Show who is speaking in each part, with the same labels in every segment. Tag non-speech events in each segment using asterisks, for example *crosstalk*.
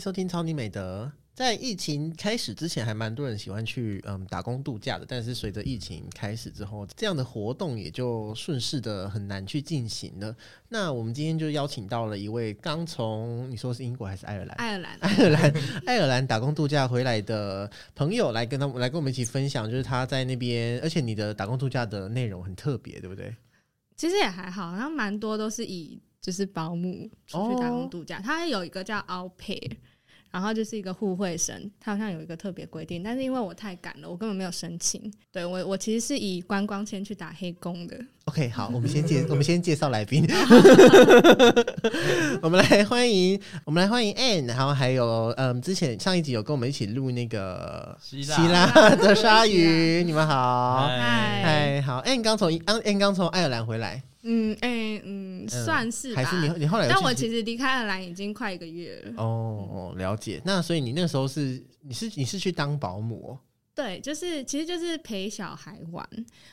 Speaker 1: 收听超你美德。在疫情开始之前，还蛮多人喜欢去嗯打工度假的，但是随着疫情开始之后，这样的活动也就顺势的很难去进行了。那我们今天就邀请到了一位刚从你说是英国还是爱尔
Speaker 2: *laughs*
Speaker 1: 兰？
Speaker 2: 爱尔兰，
Speaker 1: 爱尔兰，爱尔兰打工度假回来的朋友来跟他们来跟我们一起分享，就是他在那边，而且你的打工度假的内容很特别，对不对？
Speaker 2: 其实也还好，然后蛮多都是以就是保姆出去打
Speaker 1: 哦
Speaker 2: 工度假，它有一个叫 o u t pair，然后就是一个互惠生，它好像有一个特别规定，但是因为我太赶了，我根本没有申请。对我，我其实是以观光签去打黑工的。
Speaker 1: OK，好，我们先
Speaker 3: *laughs*
Speaker 1: 介我们先介绍来宾，我们来欢迎我们来欢迎 Anne，然后还有嗯，之前上一集有跟我们一起录那个
Speaker 3: 希腊
Speaker 1: 希腊
Speaker 2: *laughs*
Speaker 1: 的鲨鱼，你们
Speaker 3: 哎
Speaker 1: 好，
Speaker 3: 嗨
Speaker 2: 嗨
Speaker 1: 嗨，好，Anne 刚从 Anne 刚从爱尔兰回来，
Speaker 2: 嗯，哎、嗯，算是吧。
Speaker 1: 还是你你后来有
Speaker 2: 但
Speaker 1: 去
Speaker 2: 我其实离开爱尔兰已经快一个月了。
Speaker 1: 哦，了解。那所以你那时候是你是你是去当保姆、哦，
Speaker 2: 对，就是其实就是陪小孩玩。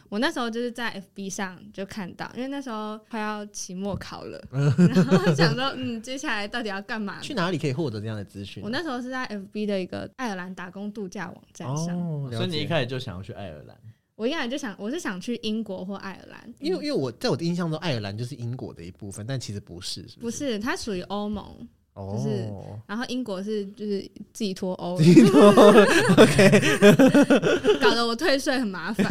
Speaker 2: 我那时候就是在 FB 上就看到，因为那时候快要期末考了，然后想说，嗯，接下来到底要干嘛呢？
Speaker 1: 去哪里可以获得这样的资讯？
Speaker 2: 我那时候是在 FB 的一个爱尔兰打工度假网站上，
Speaker 1: 哦，了
Speaker 3: 所以你一
Speaker 1: 解
Speaker 3: 开始就想要去爱尔兰，
Speaker 2: 我一开始就想，我是想去英国或爱尔兰，
Speaker 1: 因为因为我在我的印象中，爱尔兰就是英国的一部分，但其实不是，是
Speaker 2: 不
Speaker 1: 不是？
Speaker 2: 是它属于欧盟，
Speaker 1: 哦，
Speaker 2: 是然后英国是就是自己脱欧，搞得我退税很麻烦。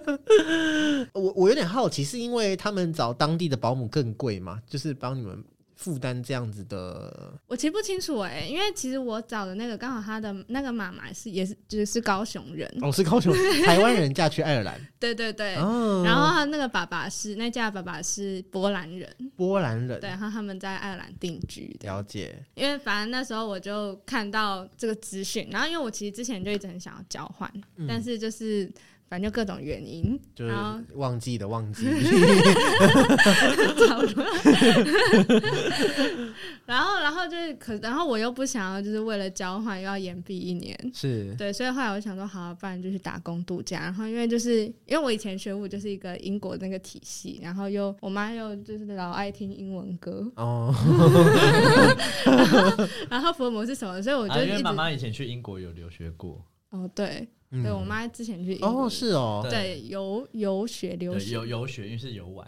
Speaker 1: *laughs* 我我有点好奇，是因为他们找当地的保姆更贵吗？就是帮你们负担这样子的
Speaker 2: 我其实不清楚哎、因为其实我找的那个刚好他的那个妈妈是也是就是是高雄人，
Speaker 1: 哦，是
Speaker 2: *laughs*
Speaker 1: 高雄台湾人嫁去爱尔兰，
Speaker 2: 对对对。
Speaker 3: 嗯
Speaker 1: 哦，
Speaker 2: 然后他那个爸爸是那家的爸爸是波兰人，
Speaker 3: 嗯
Speaker 1: 波兰人，
Speaker 2: 对，然后他们在爱尔兰定居的。
Speaker 1: 了解，
Speaker 2: 因为反正那时候我就看到这个资讯，然后因为我其实之前就一直很想要交换，
Speaker 1: 嗯
Speaker 2: 但是就是反正就各种原因，
Speaker 1: 就是
Speaker 2: 然后
Speaker 1: 忘记的忘
Speaker 2: *laughs*
Speaker 1: 记，
Speaker 2: 找不到然后然后就是可，然后我又不想要就是为了交换又要延毕一年，
Speaker 1: 是
Speaker 2: 对，所以后来我想说，好、啊，不然就去打工度假。然后因为就是因为我以前学舞就是一个英国那个体系，然后又我妈又就是老爱听英文歌， *laughs*
Speaker 1: 哦，
Speaker 2: 然后福尔摩斯什么的，所以我
Speaker 3: 啊，
Speaker 2: 就
Speaker 3: 因
Speaker 2: 一
Speaker 3: 为
Speaker 2: 直、
Speaker 3: 妈妈以前去英国有留学过，
Speaker 2: 哦对，
Speaker 1: 嗯
Speaker 2: 对我妈之前去英国
Speaker 1: 哦是哦，
Speaker 2: 对游游学留
Speaker 3: 对
Speaker 2: 学，
Speaker 3: 游游学，因为是游玩，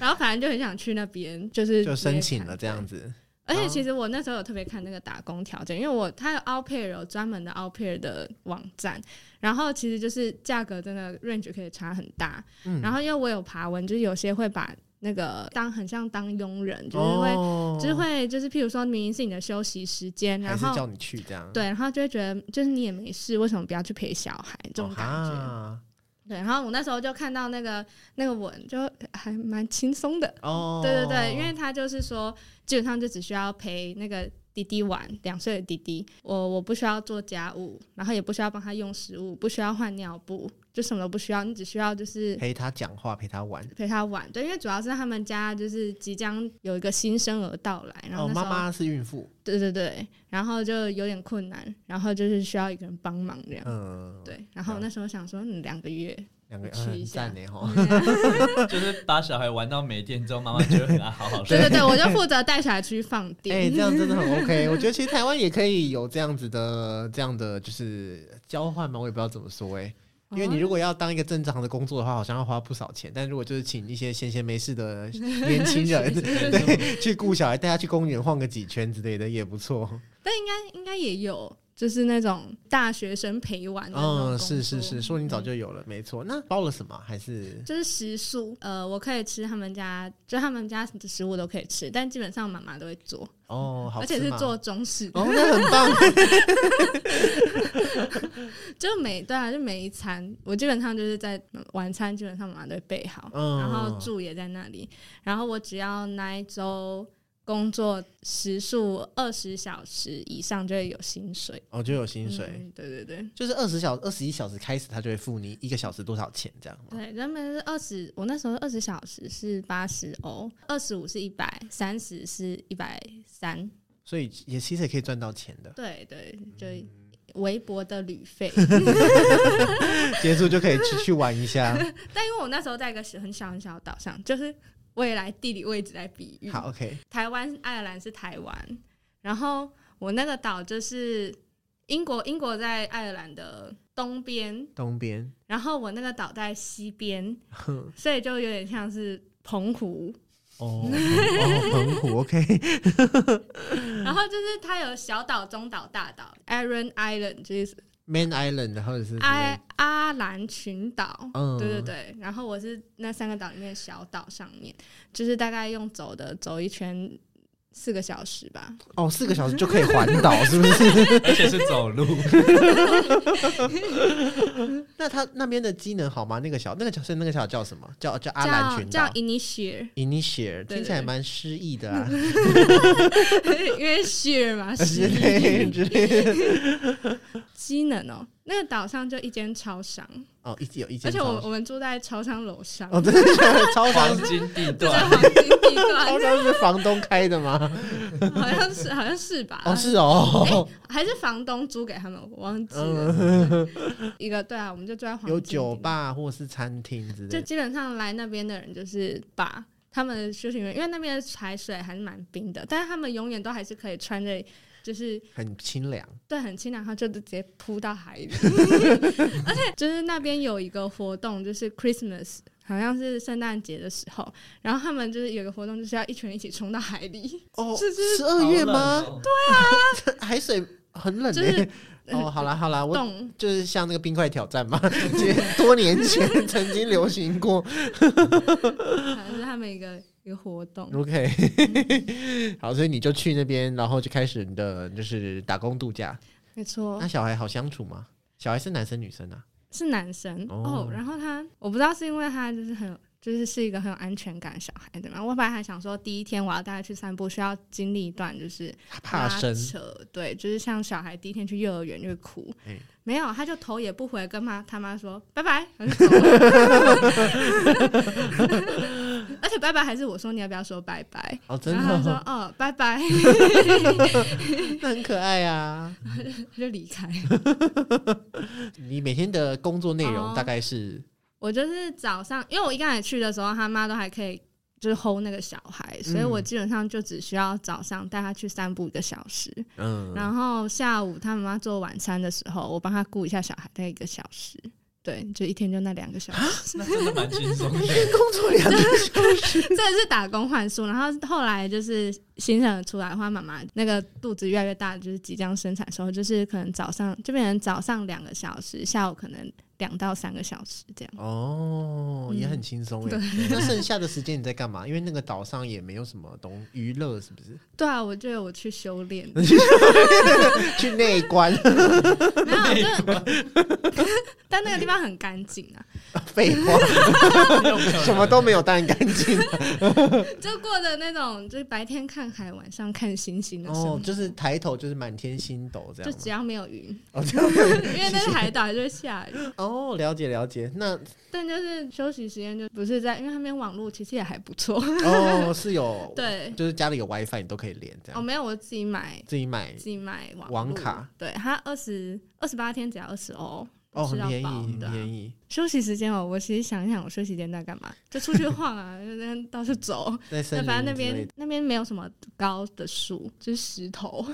Speaker 2: 然后反正就很想去那边，就是
Speaker 1: 就申请了哦
Speaker 2: 直
Speaker 1: 这
Speaker 2: 接看
Speaker 1: 样。子，
Speaker 2: 而且其实我那时候有特别看那个打工条件，因为我它有 o p a i r 有专门的 o p a i r 的网站，然后其实就是价格真的 range 可以差很大。
Speaker 1: 嗯
Speaker 2: 然后因为我有爬文，就是有些会把那个当很像当佣人，就是会、
Speaker 1: 哦
Speaker 2: 就是会就是譬如说明明是你的休息时间，
Speaker 1: 还
Speaker 2: 然
Speaker 1: 是叫
Speaker 2: 后
Speaker 1: 你去这样，
Speaker 2: 对，然后就会觉得就是你也没事，为什么不要去陪小孩这
Speaker 1: 哦，
Speaker 2: 种感觉？
Speaker 1: 哈
Speaker 2: 对，然后我那时候就看到那个那个文，就还蛮轻松的。
Speaker 1: 哦，
Speaker 2: 对对对，因为他就是说，基本上就只需要陪那个弟弟玩，两岁的弟弟，我我不需要做家务，然后也不需要帮他用食物，不需要换尿布，就什么都不需要，你只需要就是
Speaker 1: 陪他讲话，陪他玩。
Speaker 2: 陪他玩。对，因为主要是他们家就是即将有一个新生儿到来，然后
Speaker 1: 哦，
Speaker 2: 那时
Speaker 1: 妈
Speaker 2: 候、
Speaker 1: 妈是孕妇，
Speaker 2: 对对对，然后就有点困难，然后就是需要一个人帮忙这样。
Speaker 1: 嗯，
Speaker 2: 对，然后我那时候想说，嗯，两个月，
Speaker 1: 两个
Speaker 2: 去一
Speaker 1: 嗯很
Speaker 2: 下
Speaker 1: 赞呢吼。
Speaker 3: 就是把小孩玩到没电之后，妈妈就会给他好好
Speaker 2: *laughs* 对
Speaker 3: 睡
Speaker 2: 对。对，我就负责带小孩出去放电。
Speaker 1: 哎、这样真的
Speaker 2: *laughs*
Speaker 1: 很 OK。我觉得其实台湾也可以有这样子的、这样的就是交换嘛，我也不知道怎么说哎、因
Speaker 2: 哦
Speaker 1: 为你如果要当一个正常的工作的话，好像要花不少钱。但如果就是请一些闲闲没事的年轻
Speaker 2: *laughs*
Speaker 1: 人，对，去雇小孩，带他去公园晃个几圈之类的，也不错。
Speaker 2: 但应该应该也有，就是那种大学生陪玩的那种
Speaker 1: 嗯，
Speaker 2: 工作嗯
Speaker 1: 是是是，说你早就有了，没错。那包了什么？啊还是
Speaker 2: 就是食宿，呃，我可以吃他们家，就他们家的食物都可以吃，但基本上妈妈都会做，
Speaker 1: 哦，好
Speaker 2: 而
Speaker 1: 吃
Speaker 2: 且是
Speaker 1: 吗
Speaker 2: 做中式，
Speaker 1: 哦，那很棒。 *laughs*
Speaker 2: 就每对啊，就每一餐，我基本上就是在嗯晚餐基本上妈妈都会备好，
Speaker 1: 嗯
Speaker 2: 然后住也在那里，然后我只要那一周工作时数二十小时以上就会有薪水，
Speaker 1: 哦，就有薪水。
Speaker 2: 嗯对对对。
Speaker 1: 就是二十小二十一小时开始，他就会付你一个小时多少钱这样吗？
Speaker 2: 对，原本是二十，我那时候二十小时是八十欧，二十五是一百，三十是一百三。
Speaker 1: 所以也其实也可以赚到钱的，
Speaker 2: 对对，就微薄的旅费。
Speaker 1: 结束就可以去去玩一下。
Speaker 2: *laughs* 但因为我那时候在一个很小很小的岛上，就是未来地理位置来比喻。
Speaker 1: 好，OK，
Speaker 2: 台湾、爱尔兰是台湾，然后我那个岛就是英国，英国在爱尔兰的东边，
Speaker 1: 东边，
Speaker 2: 然后我那个岛在西边，所以就有点像是澎湖。
Speaker 1: *laughs* 哦，哦澎湖，OK，
Speaker 2: 然后就是它有小岛、中岛、大岛，Aran Island 就是
Speaker 1: Man Island 或者是之类的
Speaker 2: 阿阿兰群岛，
Speaker 1: 嗯
Speaker 2: 啊对对对。然后我是那三个岛里面的小岛上面，就是大概用走的走一圈四个小时吧，
Speaker 1: 哦，四个小时就可以环
Speaker 2: *laughs*
Speaker 1: 岛，是不是？
Speaker 3: 而且是走路，
Speaker 1: 那它那边的机能好吗？那个小那个角色那个小叫什么？叫叫阿兰
Speaker 2: 叫
Speaker 1: 群
Speaker 2: 叫
Speaker 1: 岛
Speaker 2: Inishir，
Speaker 1: ，Initiate，
Speaker 2: 对
Speaker 1: 听起来蛮诗意的
Speaker 2: *laughs*
Speaker 1: 啊，
Speaker 2: 因为
Speaker 1: *laughs*
Speaker 2: shir 嘛，
Speaker 1: 之
Speaker 2: 是
Speaker 1: 类之类的。
Speaker 2: 机能哦。那个岛上就一间超商，
Speaker 1: 哦，一有一间
Speaker 2: 而且
Speaker 1: 超
Speaker 2: 我
Speaker 1: 市，
Speaker 2: 我们住在超商楼上，
Speaker 1: 哦，真
Speaker 2: *laughs*
Speaker 1: 的假的超
Speaker 3: 黄
Speaker 1: 商
Speaker 3: 金地
Speaker 2: 就在
Speaker 3: 段。
Speaker 2: 黄金地段
Speaker 1: 超，商是房东开的
Speaker 2: *laughs*
Speaker 1: 吗？
Speaker 2: 好像是好像是吧？
Speaker 1: 哦，是哦，
Speaker 2: 还是房东租给他们，我忘记了。
Speaker 1: 嗯，
Speaker 2: 一个对啊，我们就住在黄金
Speaker 1: 有
Speaker 2: 地段
Speaker 1: 酒，吧或是餐厅之
Speaker 2: 就
Speaker 1: 类的。
Speaker 2: 基本上来那边的人就是把他们的休闲园，因为那边的海水还是蛮冰的，但是他们永远都还是可以穿着。就是
Speaker 1: 很清凉，
Speaker 2: 对很清凉，然后就直接扑到海里， *laughs* 而且就是那边有一个活动，就是 Christmas，好像是圣诞节的时候，然后他们就是有一个活动，就是要一群人一起冲到海里，
Speaker 1: 哦，
Speaker 2: 是是
Speaker 1: 十二月
Speaker 3: 好冷
Speaker 1: 吗？
Speaker 3: 哦？
Speaker 1: 海水很冷
Speaker 2: 就
Speaker 1: 诶
Speaker 2: 是。
Speaker 1: 哦，好啦好啦，我
Speaker 2: 动
Speaker 1: 就是像那个冰块挑战嘛， *laughs* 其实多年前曾经流行过。
Speaker 2: 反正是他们一个一个活动。
Speaker 1: OK，好， *laughs* 所以你就去那边，然后就开始你的就是打工度假。
Speaker 2: 没错
Speaker 1: 那，小孩好相处吗？小孩是男生女生啊？
Speaker 2: 是男生
Speaker 1: 哦
Speaker 2: 哦然后他，我不知道是因为他就是很有，就是是一个很有安全感的小孩，对吗？我本来还想说，第一天我要带他去散步，需要经历一段就是
Speaker 1: 他怕
Speaker 2: 拉
Speaker 1: 生，
Speaker 2: 扯，对，就是像小孩第一天去幼儿园就会哭，
Speaker 1: 嗯
Speaker 2: 没有，他就头也不回，跟妈他妈说拜拜， *laughs* 然后就走了而且拜拜还是我说你要不要说拜拜，
Speaker 1: 哦，真
Speaker 2: 然后他就说
Speaker 1: 的，
Speaker 2: 哦拜拜， *laughs*
Speaker 1: 那很可爱啊。
Speaker 2: 他就离开。
Speaker 1: 你每天的工作内容
Speaker 2: 哦
Speaker 1: 大概是
Speaker 2: 我就是早上，因为我一开始去的时候，他妈都还可以就是 hold 那个小孩，所以我基本上就只需要早上带他去散步一个小时，
Speaker 1: 嗯，
Speaker 2: 然后下午他妈妈做晚餐的时候，我帮他顾一下小孩，大概一个小时。对，就一天就那两个小时，
Speaker 3: 那真的蛮轻松的。
Speaker 1: 工作 *laughs* 量
Speaker 2: 这是打工换宿。然后后来就是新生儿出来的话，妈妈那个肚子越来越大，就是即将生产的时候，就是可能早上就变成早上两个小时，下午可能两到三个小时这样。
Speaker 1: 哦，也
Speaker 2: 嗯
Speaker 1: 很轻松哎。那剩下的时间你在干嘛？因为那个岛上也没有什么东娱乐，是不是？
Speaker 2: 对啊，我觉得我去修炼。
Speaker 1: 去内观，
Speaker 2: *laughs* 没有，就 *laughs* 但那个地方很干净啊，
Speaker 1: 废话，
Speaker 3: 又没有人
Speaker 1: 什么都没有，当然干净。
Speaker 2: 就过着那种就是白天看海，晚上看星星的生活。
Speaker 1: 哦，就是抬头就是满天星斗这
Speaker 2: 就
Speaker 1: 样吗。
Speaker 2: 只要没有云，
Speaker 1: 哦，这样没有
Speaker 2: 因为那是海岛就会下雨。
Speaker 1: 哦，了解了解。那
Speaker 2: 但就是休息时间就不是在，因为那边网络其实也还不错。
Speaker 1: 哦是有，
Speaker 2: *laughs* 对，
Speaker 1: 就是家里有 WiFi 你都可以连这
Speaker 2: 哦，
Speaker 1: 样，
Speaker 2: 没有，我自己买
Speaker 1: 自己买
Speaker 2: 自己买网
Speaker 1: 网
Speaker 2: 路
Speaker 1: 卡。
Speaker 2: 对，它二十二十八天只要二十欧。
Speaker 1: 哦，很
Speaker 2: 吃到
Speaker 1: 便宜，
Speaker 2: 饱
Speaker 1: 很
Speaker 2: 对啊
Speaker 1: 便宜。
Speaker 2: 休息时间哦，我其实想一想，我休息时间在干嘛？就出去晃啊， *laughs* 就在那到处走。
Speaker 1: 在
Speaker 2: 那
Speaker 1: 森
Speaker 2: 反正那
Speaker 1: 林之类
Speaker 2: 边
Speaker 1: 的，
Speaker 2: 那边没有什么高的树，就是石头，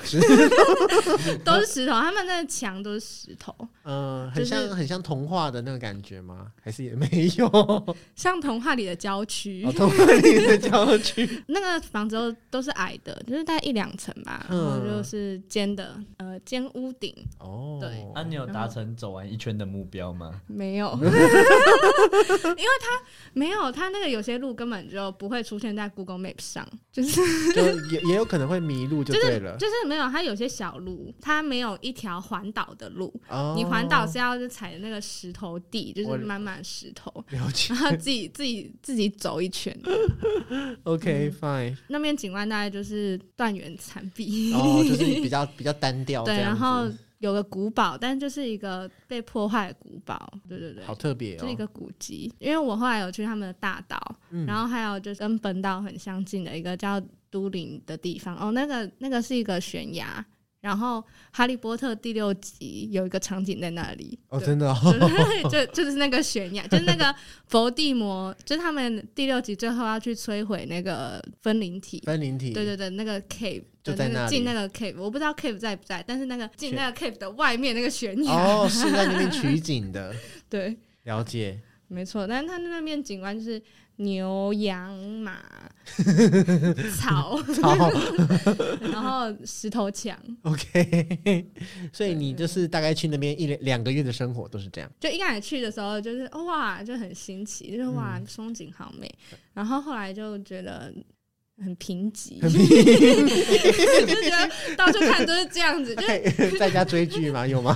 Speaker 2: *laughs* 都是石头。他们那个墙都是石头，
Speaker 1: 嗯，很
Speaker 2: 就是
Speaker 1: 像很像童话的那个感觉吗？还是也没有？ *laughs* 哦，
Speaker 2: 像童话里的郊区。
Speaker 1: 童话里的郊区。
Speaker 2: 那个房子都都是矮的，就是大概一两层吧，然
Speaker 1: 嗯
Speaker 2: 后就是尖的，呃，尖屋顶
Speaker 1: *laughs* 哦，
Speaker 2: 对
Speaker 3: 啊，你有达成走完一圈的目标吗？
Speaker 1: *laughs*
Speaker 2: 没有，因为它没有它那个有些路根本就不会出现在 Google Map 上，就是 *laughs*
Speaker 1: 就也也有可能会迷路，就对了。
Speaker 2: 就是没有它有些小路，它没有一条环岛的路，
Speaker 1: 哦，
Speaker 2: 你环岛是要就踩那个石头地，就是
Speaker 1: 我
Speaker 2: 满满石
Speaker 1: *laughs*
Speaker 2: 头，
Speaker 1: 了解
Speaker 2: *laughs* 然后自己自己自己走一圈。嗯
Speaker 1: ，OK
Speaker 2: *laughs*
Speaker 1: fine，
Speaker 2: 那边景观大概就是断垣残壁， *laughs*
Speaker 1: 哦，就是比较比较单调这
Speaker 2: 对，
Speaker 1: 样
Speaker 2: 然
Speaker 1: 子，
Speaker 2: 后有个古堡，但就是一个被破坏的古堡，对对对。
Speaker 1: 好特别
Speaker 2: 就是一
Speaker 1: 哦，
Speaker 2: 个古迹，因为我后来有去他们的大岛，
Speaker 1: 嗯
Speaker 2: 然后还有就是跟本岛很相近的一个叫都灵的地方。哦，那个那个是一个悬崖，然后《哈利波特》第六集有一个场景在那里，
Speaker 1: 哦，
Speaker 2: 对
Speaker 1: 真的、
Speaker 2: *laughs*
Speaker 1: 哦，
Speaker 2: 就是就就是那个悬崖，就是那个伏地魔，就是他们第六集最后要去摧毁那个分灵体。
Speaker 1: 分灵体，
Speaker 2: 对对对，那个 cave
Speaker 1: 嗯就
Speaker 2: 的
Speaker 1: 在
Speaker 2: 那
Speaker 1: 那
Speaker 2: 个
Speaker 1: 里
Speaker 2: 进那个 cave，我不知道 cave 在不在，但是那个进那个 cave 的外面那个悬崖，
Speaker 1: 哦，是在那边取景
Speaker 2: *laughs*
Speaker 1: 的，
Speaker 2: 对，
Speaker 1: 了解。
Speaker 2: 没错。但是它那面景观就是牛、羊、马、
Speaker 1: *laughs*
Speaker 2: 草，
Speaker 1: 好
Speaker 2: 然后石头墙。
Speaker 1: ，OK，所 *laughs* 以你就是大概去那边一两两个月的生活都是这
Speaker 2: *laughs*
Speaker 1: 样，
Speaker 2: 就一开始去的时候，就是哦哇，就很新奇，就是
Speaker 1: 嗯
Speaker 2: 哇，风景好美。然后后来就觉得很贫瘠，就觉得到处看都是这样子，就
Speaker 1: 嘿在家追剧吗？有吗？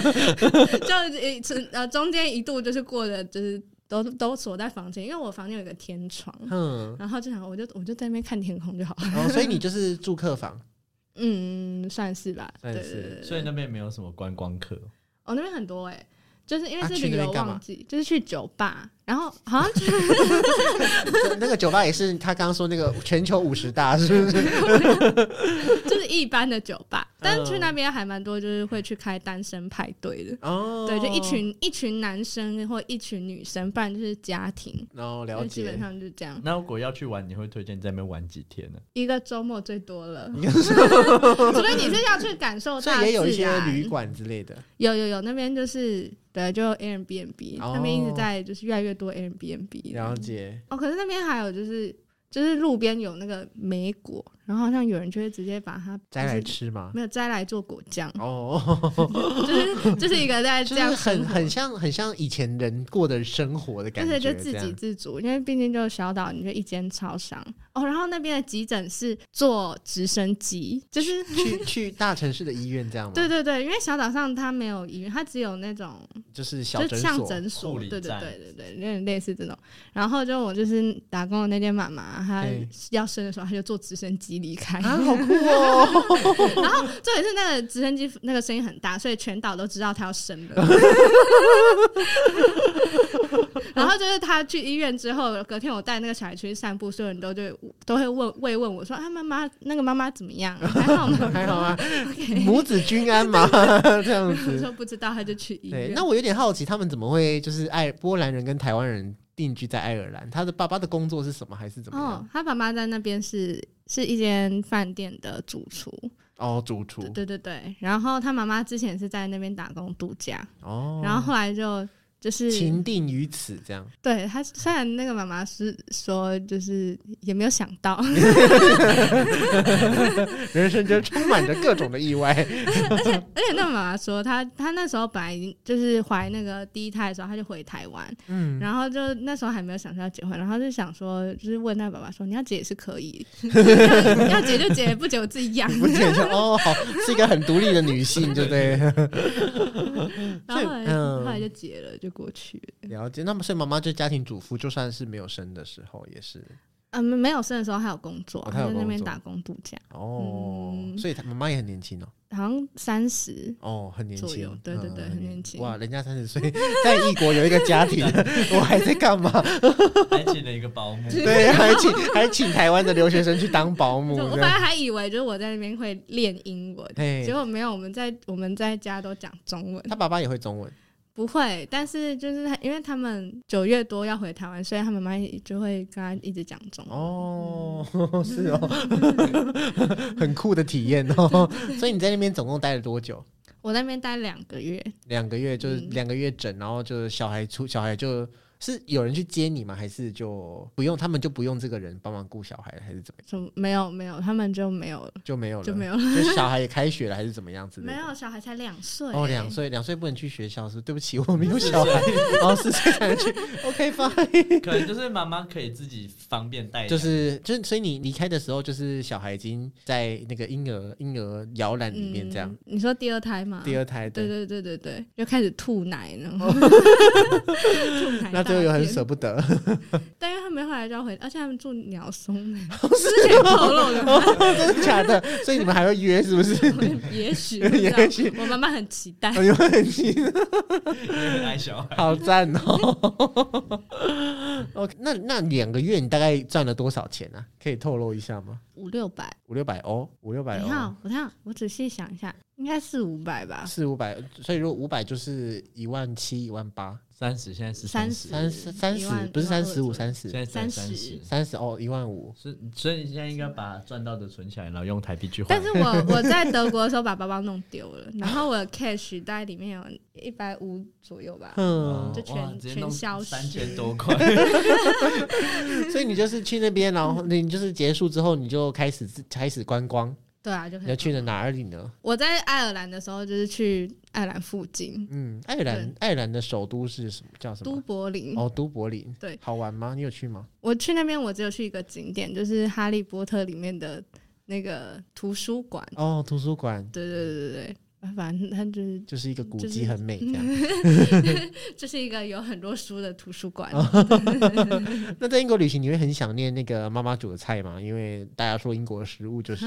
Speaker 2: 就一次呃中间一度就是过的就是都都锁在房间，因为我房间有一个天窗，
Speaker 1: 嗯，
Speaker 2: 然后就想我就我就在那边看天空就好了，
Speaker 1: 哦，所以你就是住客房，
Speaker 2: 嗯，算是吧，对
Speaker 1: 算
Speaker 2: 对
Speaker 1: 是
Speaker 2: 对对。
Speaker 3: 所以那边没有什么观光客。
Speaker 2: 哦，那边很多哎、就是因为
Speaker 1: 啊
Speaker 2: 是
Speaker 1: 去
Speaker 2: 旅
Speaker 1: 那边
Speaker 2: 游
Speaker 1: 干嘛
Speaker 2: 旺季，就是去酒吧，然后好像
Speaker 1: 这那个酒吧也是他刚刚说那个全球五十大，是不是？
Speaker 2: 就是一般的酒
Speaker 1: *laughs*
Speaker 2: 吧，但去那边还蛮多，就是会去开单身派对的。
Speaker 1: 哦，
Speaker 2: 对，就一，群一群男生或一群女生，不然就是家庭，
Speaker 1: 然后哦了
Speaker 2: 就基
Speaker 1: 解
Speaker 2: 本。上就是这样。
Speaker 3: 那如果要去玩，你会推荐在那边玩几天呢？
Speaker 2: 一个周末最
Speaker 1: *laughs*
Speaker 2: 多了，除非你是要去感受
Speaker 1: 所
Speaker 2: 哦大
Speaker 1: 以也有一
Speaker 2: 自
Speaker 1: 些
Speaker 2: 然。
Speaker 1: 旅馆之类的，
Speaker 2: 有有有，那边就是对，就 Airbnb，、
Speaker 1: 哦
Speaker 2: 那边一直在就是越来越多 Airbnb
Speaker 1: 了解。
Speaker 2: 哦，可是那边还有就是就是路边有那个莓果，然后好像有人就会直接把它
Speaker 1: 摘来
Speaker 2: 就是
Speaker 1: 吃吗？
Speaker 2: 没有摘来做果酱，
Speaker 1: 哦，
Speaker 2: *laughs* 就是就是一个嗯在
Speaker 1: 就
Speaker 2: 这
Speaker 1: 是
Speaker 2: 样
Speaker 1: 很
Speaker 2: 生活
Speaker 1: 很像很像以前人过的生活的感
Speaker 2: 而
Speaker 1: 觉，
Speaker 2: 且就自
Speaker 1: 这
Speaker 2: 给
Speaker 1: 样
Speaker 2: 自足，因为毕竟就是小岛，你就一间超商哦。然后那边的急诊是坐直升机，就是
Speaker 1: 去去大城市的医院这样吗？
Speaker 2: 对，对对，因为小岛上它没有医院，它只有那种
Speaker 1: 就是小
Speaker 2: 就
Speaker 1: 诊
Speaker 2: 像
Speaker 1: 所。
Speaker 2: 诊
Speaker 3: 护
Speaker 2: 所，
Speaker 3: 理
Speaker 2: 对对
Speaker 3: 站
Speaker 2: 对对对，有点类似这种。然后就我就是打工的那间妈妈，她
Speaker 1: 嘿
Speaker 2: 要生的时候，她就坐直升机离开。
Speaker 1: 啊，好酷哦！
Speaker 2: 然后重点是那个直升机那个声音很大，所以全岛都知道他要生
Speaker 1: *laughs*
Speaker 2: 了。然后就是他去医院之后，隔天我带那个小孩出去散步，所有人都就都会问慰问我说：“啊，妈妈，那个妈妈怎么样？还 *laughs* 好吗？
Speaker 1: 啊还好吗？
Speaker 2: ？”OK，
Speaker 1: 母子均安
Speaker 2: *laughs*
Speaker 1: 嘛， *laughs* 这样
Speaker 2: 我
Speaker 1: 子。
Speaker 2: 说不知道，他就去医
Speaker 1: 对
Speaker 2: 院，。
Speaker 1: 那我有点好奇，他们怎么会就是爱波兰人跟台湾人定居在爱尔兰？他的爸爸的工作是什么，还是怎么
Speaker 2: 哦
Speaker 1: 样？，
Speaker 2: 他爸妈在那边是是一间饭店的主厨，
Speaker 1: 哦，主厨
Speaker 2: 对对对对。然后他妈妈之前是在那边打工度假，
Speaker 1: 哦，
Speaker 2: 然后后来就就是
Speaker 1: 情定于此这样。
Speaker 2: 对他，虽然那个妈妈是说，就是也没有想
Speaker 1: *laughs*
Speaker 2: 到，
Speaker 1: 人生就充满着各种的意外。
Speaker 2: *laughs* 而且那个妈妈说，她她那时候本来已经就是怀那个第一胎的时候，她就回台湾，
Speaker 1: 嗯，
Speaker 2: 然后就那时候还没有想说要结婚，然后就想说，就是问那爸爸说，你要结也是可以，
Speaker 1: *laughs*
Speaker 2: 要结就结，不结我自己养。
Speaker 1: 不见就哦，好，是一个很独立的女性，对不对？
Speaker 2: 然后后来、
Speaker 1: 嗯
Speaker 2: 后来就结了，就过去了。
Speaker 1: 了解。那么，所以妈妈就家庭主妇，就算是没有生的时候，也是
Speaker 2: 嗯、没没有生的时候还有工作，
Speaker 1: 哦她
Speaker 2: 她
Speaker 1: 有
Speaker 2: 在那
Speaker 1: 工
Speaker 2: 边
Speaker 1: 作
Speaker 2: 打工度假，
Speaker 1: 哦。
Speaker 2: 嗯
Speaker 1: 所以她妈妈也很年轻哦，
Speaker 2: 好像三十。
Speaker 1: 哦，很年
Speaker 2: 左右
Speaker 1: 轻，
Speaker 2: 对对对很年轻
Speaker 1: 哇，人家三十岁在异国有一个家庭，我还在干
Speaker 2: *laughs*
Speaker 1: 嘛？
Speaker 3: 还请了一个保姆，
Speaker 1: 对，还请还请台湾的留学生去当保姆
Speaker 2: *laughs* 就我
Speaker 1: 这
Speaker 2: 本
Speaker 1: 样。
Speaker 2: 来还以为就是我在那边会练英文，
Speaker 1: 嘿
Speaker 2: 结果没有，我们在我们在家都讲中文，
Speaker 1: 他爸爸也会中文，
Speaker 2: 不会。但是就是他因为他们九月多要回台湾，所以他妈妈就会跟他一直讲中文。
Speaker 1: 哦，*laughs*
Speaker 2: 嗯
Speaker 1: 是哦， *laughs* 很酷的体验哦。所以你在那边总共待了多久？
Speaker 2: 我在那边待两个月，
Speaker 1: 两个月，就是
Speaker 2: 嗯
Speaker 1: 两个月整，然后就是小孩出小孩就是有人去接你吗？还是就不用他们就不用这个人帮忙顾小孩，还是怎么样
Speaker 2: 什么没有没有，他们就没有了，
Speaker 1: 就没有了？
Speaker 2: 就没
Speaker 1: 有，
Speaker 2: 有了，
Speaker 1: 就小孩也开学了，还是怎么样子？
Speaker 2: 没。有小孩才两岁、
Speaker 1: 哦，两。岁，两岁不能去学校是？对不起，我没
Speaker 2: *laughs*
Speaker 1: 有小孩，哦，四岁才能去。OK fine，
Speaker 3: 可能就是妈妈可以自己方便带，
Speaker 1: 就是就是，所以你离开的时候，就是小孩已经在那个婴儿婴儿摇篮里面这样。
Speaker 2: 嗯，你说第二胎吗？
Speaker 1: 第二胎
Speaker 2: 对
Speaker 1: 对，哦
Speaker 2: 对对对对，就开始吐奶呢，吐奶。
Speaker 1: *laughs* 那最后又很，舍不得， *laughs*
Speaker 2: 但因为他们后来就要回，而且他们住鸟松
Speaker 1: *laughs*
Speaker 2: 呢，
Speaker 1: 哦
Speaker 2: 之前透露的吗？
Speaker 1: 真的假的？所以你们还会约是不是？
Speaker 2: *laughs*
Speaker 1: *laughs*
Speaker 2: 也许，
Speaker 1: 也许
Speaker 2: 我妈妈很期待。
Speaker 1: 你们很期待
Speaker 3: 因为很爱小
Speaker 1: *laughs*
Speaker 3: 孩。
Speaker 1: 好赞哦 *laughs* ！OK，那那两个月你大概赚了多少钱啊？可以透露一下吗？
Speaker 2: 五六百。
Speaker 1: 五六百欧，五六百
Speaker 2: 等一
Speaker 1: 欧，
Speaker 2: 下哦，我看我仔细想一下，应该是五百吧？
Speaker 1: 四五百，所以如果五百就是一万七、一万八，
Speaker 3: 三十，现在是
Speaker 2: 三
Speaker 3: 十，
Speaker 1: 三十三
Speaker 2: 一万
Speaker 1: 十不是
Speaker 2: 一万
Speaker 1: 三
Speaker 2: 二
Speaker 1: 十五，
Speaker 2: 左
Speaker 1: 三
Speaker 3: 现
Speaker 1: 十
Speaker 3: 在三
Speaker 2: 三十
Speaker 3: 十。
Speaker 1: 三十哦，一万五。
Speaker 3: 是，所以你现在应该把赚到的存起来，然后用台币去换。
Speaker 2: 但是我
Speaker 1: *laughs*
Speaker 2: 我在德国的时候把包包弄丢了，然后我的 cash 袋里面有一百五左右吧。
Speaker 1: 嗯
Speaker 3: 哦，
Speaker 2: 就全
Speaker 3: 哇直接弄
Speaker 2: 全消失
Speaker 3: 三千多块，
Speaker 1: 嗯所以你就是去那边，然后你就是结束之后，你就开始自开始观光，
Speaker 2: 对啊，就
Speaker 1: 你要
Speaker 2: 很。
Speaker 1: 去了哪里呢？
Speaker 2: 我在爱尔兰的时候，就是去爱尔兰附近，
Speaker 1: 嗯，爱尔兰，爱尔兰的首都是什么？叫什
Speaker 2: 都
Speaker 1: 么？
Speaker 2: 柏林。
Speaker 1: 哦，都柏林。
Speaker 2: 对
Speaker 1: 好玩吗？你有去吗？
Speaker 2: 我去那边，我只有去一个景点，就是《哈利波特》里面的那个图书馆。
Speaker 1: 哦，图书馆
Speaker 2: 对对对对对，反正它就是 *laughs*
Speaker 1: 就是一个古
Speaker 2: 就是
Speaker 1: 迹，很美这样。
Speaker 2: 就是一个有很多书的图书馆。 *laughs*
Speaker 1: 那在英国旅行，你会很想念那个妈妈煮的菜吗？因为大家说英国的食物就是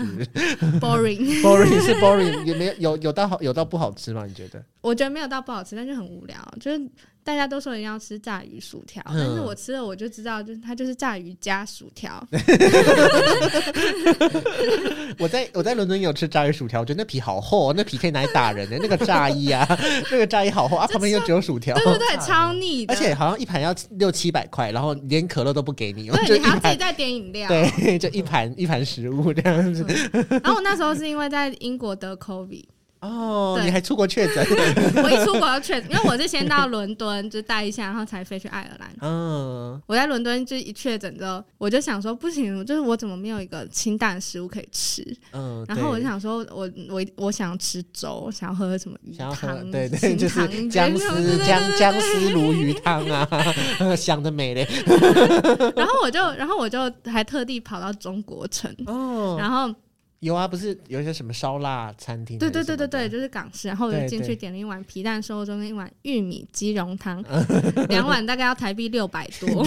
Speaker 2: Boring， *laughs*
Speaker 1: boring 是 boring，有没有有有到好有到不好吃吗？你觉得？
Speaker 2: 我觉得没有到不好吃，但就很无聊。就是大家都说一定要吃炸鱼薯条，
Speaker 1: 嗯
Speaker 2: 但是我吃了我就知道，就是它就是炸鱼加薯
Speaker 1: *laughs*
Speaker 2: 条。
Speaker 1: 我在我在伦敦有吃炸鱼薯条，我觉得那皮好厚哦、那皮可以拿来打人的、那个炸衣啊，那个炸衣好厚啊，旁边又只有薯条
Speaker 2: 对。对对，
Speaker 1: *laughs*
Speaker 2: 超腻的，
Speaker 1: 而且好像一盘要六七百块，然后连可乐都不给你，就
Speaker 2: 对
Speaker 1: 一
Speaker 2: 你还要自己
Speaker 1: 盘，
Speaker 2: 再点饮料。
Speaker 1: *laughs* 对，就一盘一盘食物这样子。
Speaker 2: 然后我那时候是因为在英国得 COVID，
Speaker 1: 哦，
Speaker 2: 对
Speaker 1: 你还出国确诊？
Speaker 2: 我一出国就确，因为我是先到伦敦就待一下，然后才飞去爱尔兰。
Speaker 1: 嗯，
Speaker 2: 我在伦敦就一确诊之后，我就想说不行，就是我怎么没有一个清淡的食物可以吃？
Speaker 1: 嗯，
Speaker 2: 然后我
Speaker 1: 对
Speaker 2: 就想说我，我我想吃粥，想要喝什么鱼
Speaker 1: 想要喝，
Speaker 2: 汤，
Speaker 1: 对对，
Speaker 2: 清
Speaker 1: 就是
Speaker 2: 汤
Speaker 1: 姜
Speaker 2: 对对
Speaker 1: 丝
Speaker 2: 对
Speaker 1: 姜姜丝鲈鱼汤啊， *laughs* 想得美嘞。
Speaker 2: 然后我就，然后我就还特地跑到中国城，
Speaker 1: 哦，
Speaker 2: 然后
Speaker 1: 有啊，不是有一些什么烧腊餐厅？
Speaker 2: 对对对对对，，就是港式，然后我就
Speaker 1: 对
Speaker 2: 进去
Speaker 1: 对
Speaker 2: 点了一碗皮蛋瘦肉粥跟一碗玉米鸡茸汤，两碗大概要台币六百多，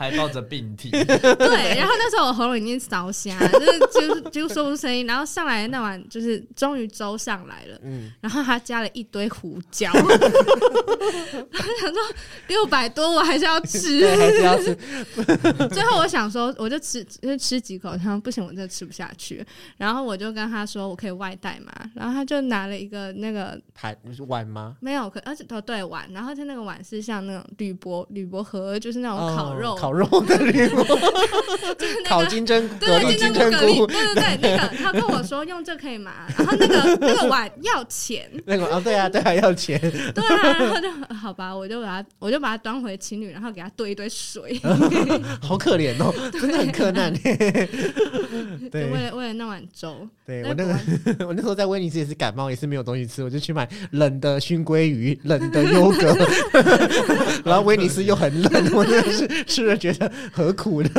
Speaker 3: 还抱着病
Speaker 1: *laughs*
Speaker 3: 体，
Speaker 2: 对。然后那时候我喉咙已经烧瞎，就是就是就说不出声音，然后上来的那碗就是终于粥上来了。
Speaker 1: 嗯，
Speaker 2: 然后他加了一堆胡椒， *laughs* 我想说六百多我还是要吃，
Speaker 1: 对，还是要吃。
Speaker 2: 最后我想说，我就吃就吃几口，然后不行，我真的吃不下去。然后我就跟他说，我可以外带嘛。然后他就拿了一个那个
Speaker 1: 盘碗吗？
Speaker 2: 没有，可而且哦对碗，然后他那个碗是像那种铝箔铝箔盒，就是那种
Speaker 1: 哦
Speaker 2: 烤肉，
Speaker 1: 烤肉的礼物，
Speaker 2: 就是 *laughs* 那
Speaker 1: 烤
Speaker 2: 个。
Speaker 1: 金针
Speaker 2: 对
Speaker 1: 蛤
Speaker 2: 对，
Speaker 1: 蜊、
Speaker 2: 金
Speaker 1: 金针
Speaker 2: 针菇蛤蜊，
Speaker 1: 菇，
Speaker 2: 对对对，那个他跟我说用这可以吗？然后那个那个碗要钱，
Speaker 1: 那个哦，对啊，对啊，要钱。
Speaker 2: 对啊，然后就呃好吧，我就把它我就把它端回情侣，然后给他兑一堆水，
Speaker 1: 啊
Speaker 2: *laughs*
Speaker 1: 好可怜哦，真的很柯南欸
Speaker 2: 就为
Speaker 1: 对，
Speaker 2: 了为了那碗粥，
Speaker 1: 对
Speaker 2: 在
Speaker 1: 我那个 *laughs*
Speaker 2: 国外
Speaker 1: 我那时候在威尼斯也是感冒，也是没有东西吃，我就去买冷的熏鲑鱼、冷的优 *laughs* 格，然后威尼斯又很冷，我真的 *laughs* 是吃了觉得何苦呢？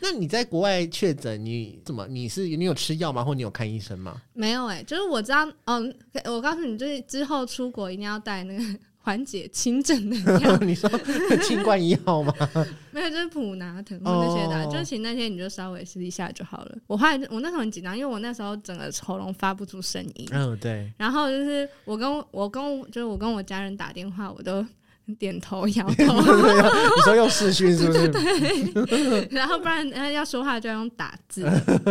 Speaker 1: 那你在国外确诊，你怎么？你是你有吃药吗？或你有看医生吗？，
Speaker 2: 没有哎、就是我知道，嗯，我告诉你，就是之后出国一定要带那个缓解轻症的药
Speaker 1: *laughs* *laughs* 你说清冠一号吗？
Speaker 2: 没有就是普拿疼或那些的啊，
Speaker 1: 哦
Speaker 2: 就其实那些你就稍微试一下就好了。我后来就我那时候很紧张，因为我那时候整个喉咙发不出声音，
Speaker 1: 嗯，对。
Speaker 2: 然后就是我跟我我跟我就是我跟我家人打电话，我都点头摇头，
Speaker 1: *laughs*
Speaker 2: *laughs*
Speaker 1: 你说用视讯 *laughs* 是不是？
Speaker 2: 然后不然呃要说话就要用打字，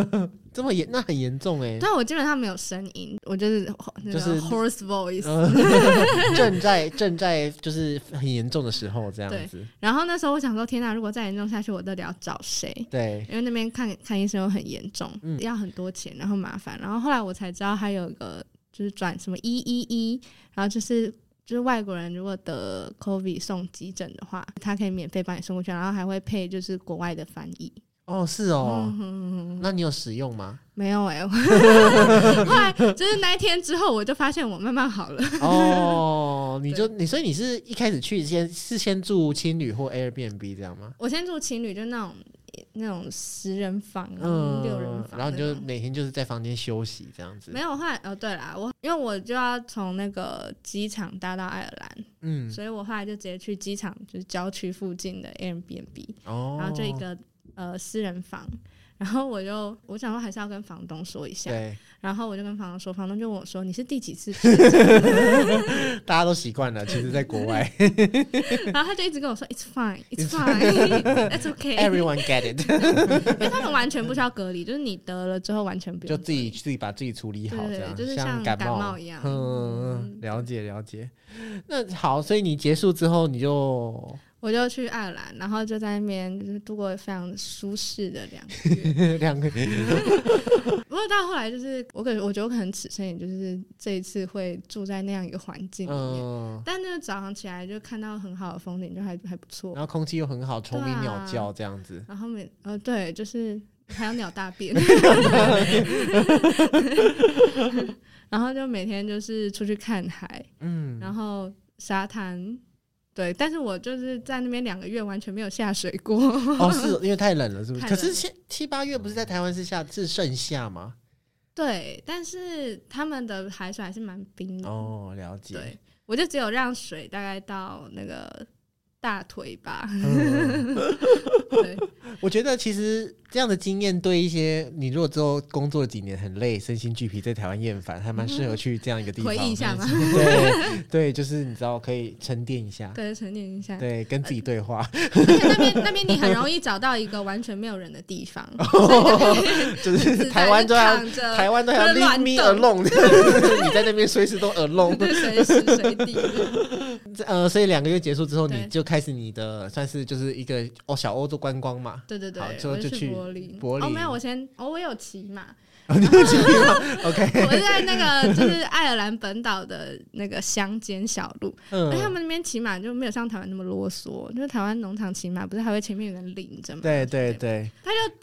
Speaker 1: *laughs* 这么严，那很严重哎、
Speaker 2: 但我基本上没有声音，我就是呃那
Speaker 1: 就
Speaker 2: 个
Speaker 1: 是哦
Speaker 2: horse voice，
Speaker 1: 呃正在正在就是很严重的时候这样子，
Speaker 2: 然后那时候我想说，天哪，如果再严重下去，我到底要找谁？
Speaker 1: 对，
Speaker 2: 因为那边看看医生又很严重，
Speaker 1: 嗯
Speaker 2: 要很多钱，然后麻烦。然后后来我才知道，还有一个就是转什么一一一，然后就是就是外国人如果得 COVID 送急诊的话，他可以免费帮你送过去，然后还会配就是国外的翻译。
Speaker 1: 哦，是哦，
Speaker 2: 嗯哼哼哼
Speaker 1: 那你有使用
Speaker 2: *laughs*
Speaker 1: 吗？
Speaker 2: 没有
Speaker 1: *laughs*
Speaker 2: 哎、后来就是那一天之后，我就发现我慢慢好了。 *laughs*
Speaker 1: 哦，你就你，所以你是一开始去先是先住青旅或 Airbnb 这样吗？
Speaker 2: 我先住情侣，就那种那种十人房、啊
Speaker 1: 嗯，
Speaker 2: 六人房那种，
Speaker 1: 然后你就每天就是在房间休息这样子
Speaker 2: 没，有，后来哦，对啦，我因为我就要从那个机场搭到爱尔兰，
Speaker 1: 嗯，
Speaker 2: 所以我后来就直接去机场，就是郊区附近的 Airbnb，、
Speaker 1: 哦，
Speaker 2: 然后就一个呃私人房，然然后我就我想说还是要跟房东说一下，
Speaker 1: 对，
Speaker 2: 然后我就跟房东说，房东就问我说你是第几次去？
Speaker 1: 大家都习惯了。其实，在国
Speaker 2: *laughs*
Speaker 1: 外
Speaker 2: 然后他就一直跟我说 It's fine, It's
Speaker 1: *laughs*
Speaker 2: fine, *laughs* That's okay。
Speaker 1: ，everyone get it，
Speaker 2: 因为他们完全不需要隔离，就是 *laughs* 你得了之后完全不
Speaker 1: 就
Speaker 2: 用
Speaker 1: 自己自己把自己处理好，
Speaker 2: 对
Speaker 1: 这样
Speaker 2: 就是
Speaker 1: 像
Speaker 2: 像感
Speaker 1: 冒
Speaker 2: 冒一样
Speaker 1: 嗯，了解了解。那好，所以你结束之后，你就 *laughs*
Speaker 2: 我就去爱尔兰，然后就在那边就是度过非常舒适的两个月。
Speaker 1: 两个
Speaker 2: *laughs* 不过到后来就是我可我觉得我可能此生也就是这一次会住在那样一个环境里面，
Speaker 1: 嗯，
Speaker 2: 但那个早上起来就看到很好的风景，就还还不错
Speaker 1: 然。后空气又很好，虫鸣
Speaker 2: 对
Speaker 1: 鸟
Speaker 2: 啊
Speaker 1: 叫这样子。
Speaker 2: 然后每呃对，就是还有鸟
Speaker 1: *laughs*
Speaker 2: 大便， *laughs* 然后就每天就是出去看海，
Speaker 1: 嗯，
Speaker 2: 然后沙滩。对，但是我就是在那边两个月完全没有下水过， *laughs*
Speaker 1: 哦，是因为太冷了，是不是？
Speaker 2: 太
Speaker 1: 可
Speaker 2: 冷
Speaker 1: 是现七八月不是在台湾是夏是盛夏吗？
Speaker 2: 对，但是他们的海水还是蛮冰的。
Speaker 1: 哦，了解。
Speaker 2: 嗯对，我就只有让水大概到那个大腿吧。 *laughs* 对，
Speaker 1: 嗯 *laughs* 我觉得其实这样的经验对一些你如果之后工作了几年很累、身心俱疲，在台湾厌烦，还蛮适合去这样一个地方
Speaker 2: 嗯回忆一下嘛。 *laughs*
Speaker 1: 对对，就是你知道可以沉淀一下，
Speaker 2: 对，沉淀一下。
Speaker 1: 对，跟自己对话，
Speaker 2: 而且那边那边你很容易找到一个完全没有人的地
Speaker 1: *laughs*
Speaker 2: 方，所以
Speaker 1: 就是
Speaker 2: 你
Speaker 1: 台湾都
Speaker 2: 就
Speaker 1: 要
Speaker 2: 呃躺着
Speaker 1: 台湾都要
Speaker 2: 就是
Speaker 1: leave
Speaker 2: 乱
Speaker 1: me
Speaker 2: 动
Speaker 1: alone，你在那边随时都 alone。
Speaker 2: 对随时随地。
Speaker 1: 呃，所以两个月结束之后，你
Speaker 2: 对
Speaker 1: 就开始你的算是就是一个哦小欧洲观光嘛。
Speaker 2: 对对对
Speaker 1: 好，之后
Speaker 2: 我
Speaker 1: 就去
Speaker 2: 去柏林。
Speaker 1: 柏
Speaker 2: 哦，
Speaker 1: 林
Speaker 2: 没有，我先哦，我有骑马，
Speaker 1: *laughs* 哦，你有经历吗？OK， *laughs*
Speaker 2: 我是在那个就是爱尔兰本岛的那个乡间小路，而且他
Speaker 1: 嗯，
Speaker 2: 们那边骑马就没有像台湾那么啰嗦，就是台湾农场骑马不是还会前面有人领着吗？
Speaker 1: 对对对，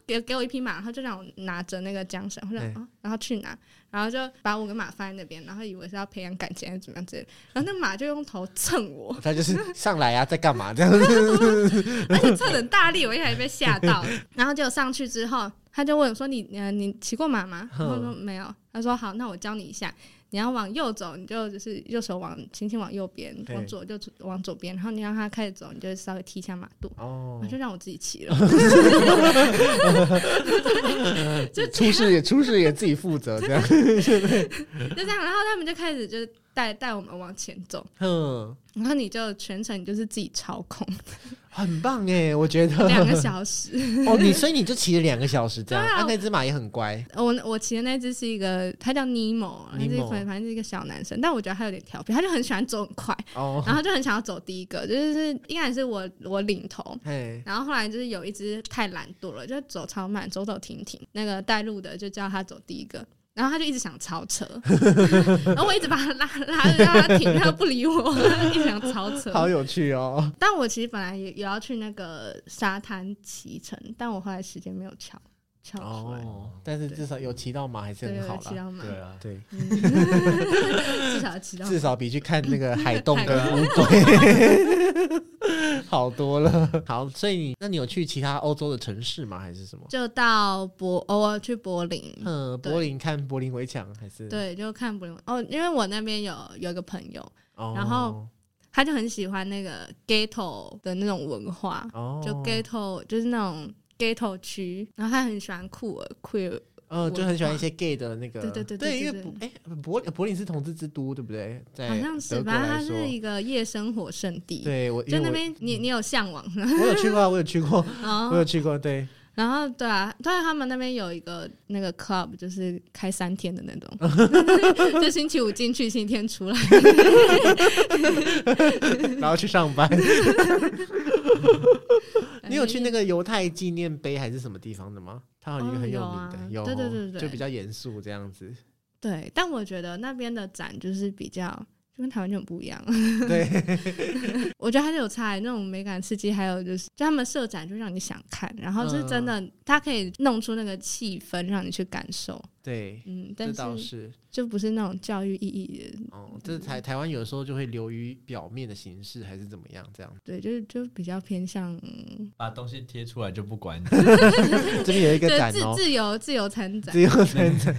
Speaker 2: 给给我一匹马，然后就让我拿着那个缰绳，或者
Speaker 1: 对
Speaker 2: 啊，然后去拿，然后就把我跟马放在那边，然后以为是要培养感情还是怎么样之类的，然后那马就用头蹭我，
Speaker 1: 他就是上来啊，在干嘛这样
Speaker 2: *laughs*
Speaker 1: 子？
Speaker 2: 而且蹭得很大力，我一开始被
Speaker 1: *laughs*
Speaker 2: 吓到，然后就上去之后，他就问我说你呃你骑过马吗？
Speaker 1: 嗯
Speaker 2: 然后我说没有，他说好，那我教你一下。你要往右走，你就就是右手往轻轻往右边，
Speaker 1: 对
Speaker 2: 往左就往左边，然后你让他开始走，你就稍微踢一下马肚，
Speaker 1: 哦
Speaker 2: 然后，就让我自己骑
Speaker 1: *laughs*
Speaker 2: 了。 *laughs* 就
Speaker 1: 出事也出事也自己负责
Speaker 2: *laughs*
Speaker 1: 这样。
Speaker 2: 就这样，然后他们就开始就是带带我们往前走，
Speaker 1: 嗯，
Speaker 2: 然后你就全程你就是自己操控
Speaker 1: 很棒哎，我觉得
Speaker 2: 两个小时。 *laughs*
Speaker 1: 哦，你所以你就骑了两个小时这样，
Speaker 2: 对啊
Speaker 1: 啊，那只马也很乖，
Speaker 2: 我我骑的那只是一个，他叫尼莫，他是一
Speaker 1: Nemo
Speaker 2: 反正是一个小男生，但我觉得他有点调皮，他就很喜欢走很快，
Speaker 1: 哦，
Speaker 2: 然后就很想要走第一个，就是应该是我我领头。
Speaker 1: 嘿，
Speaker 2: 然后后来就是有一只太懒惰了，就走超慢，走走停停。那个带路的就叫他走第一个，然后他就一直想超
Speaker 1: *laughs*
Speaker 2: 车，然后我一直把他拉拉着让他停，他不理我，一直想超车。
Speaker 1: 好有趣哦。
Speaker 2: 但我其实本来也也要去那个沙滩骑乘，但我后来时间没有敲敲出来，
Speaker 1: 哦，但是至少有骑到马还是
Speaker 2: 对，
Speaker 1: 很
Speaker 2: 有
Speaker 1: 好
Speaker 2: 骑
Speaker 1: 啦。
Speaker 2: 到马，
Speaker 3: 对啊，
Speaker 1: 对，
Speaker 2: 至少骑到马
Speaker 1: 至。少比去看那个嗯海洞跟
Speaker 2: 海
Speaker 1: 乌龟好多了。 *laughs* 好，所以你那你有去其他欧洲的城市吗？还是什么？
Speaker 2: 就到柏，偶尔去柏林，
Speaker 1: 嗯，
Speaker 2: 对
Speaker 1: 柏林看柏林围墙还是？
Speaker 2: 对，就看柏林。哦，因为我那边有有一个朋友，
Speaker 1: 哦，
Speaker 2: 然后他就很喜欢那个 ghetto 的那种文化，
Speaker 1: 哦，
Speaker 2: 就 ghetto 就是那种 ghetto 区，然后他很喜欢酷儿 queer，
Speaker 1: 嗯，就很喜欢一些 gay 的那个，
Speaker 2: 对对
Speaker 1: 对
Speaker 2: 对对对
Speaker 1: 因为
Speaker 2: 对
Speaker 1: 柏哎柏柏林是同志之都，对不对？在
Speaker 2: 好像是
Speaker 1: 哎德国
Speaker 2: 吧？它
Speaker 1: 来说
Speaker 2: 是，一个夜生活圣地，
Speaker 1: 对我因
Speaker 2: 就
Speaker 1: 为
Speaker 2: 那
Speaker 1: 我
Speaker 2: 边你你有向往， *laughs*
Speaker 1: 我有去过啊，我有去过，
Speaker 2: 然后
Speaker 1: 我有去过，对，
Speaker 2: 然后对啊，对啊他们那边有一个那个 club，就是开三天的那种，
Speaker 1: *laughs*
Speaker 2: *laughs* 就星期五进去，星期天出来。
Speaker 1: 然后去上
Speaker 2: *laughs*
Speaker 1: 班。你有去那个犹太纪念碑还是什么地方的吗？它好像一个
Speaker 2: 哦
Speaker 1: 很
Speaker 2: 有
Speaker 1: 名的
Speaker 2: 啊，
Speaker 1: 有，哦
Speaker 2: 对对对对
Speaker 1: 就比较严肃这样子。
Speaker 2: 对，但我觉得那边的展就是比较就跟台湾就很不一样。
Speaker 1: 对，
Speaker 2: 我觉得还是有差、欸那种美感刺激，还有就是就他们设展就让你想看，然后是真
Speaker 1: 嗯
Speaker 2: 的，它可以弄出那个气氛让你去感受。
Speaker 1: 对，
Speaker 2: 嗯，
Speaker 1: 这
Speaker 2: 但
Speaker 1: 倒
Speaker 2: 是嗯
Speaker 1: 是。
Speaker 2: 就不是那种教育意义的，
Speaker 1: 哦，这台台湾有时候就会流于表面的形式，还是怎么样？这
Speaker 2: *laughs*
Speaker 1: 样，
Speaker 2: 对，就是就比较偏向
Speaker 3: 把东西贴出来就不管你。
Speaker 1: 这边有一个
Speaker 2: 对
Speaker 1: 展
Speaker 2: 自
Speaker 1: 哦，
Speaker 2: 自由自由参展。嗯
Speaker 1: 只有三
Speaker 2: *laughs*
Speaker 1: 层。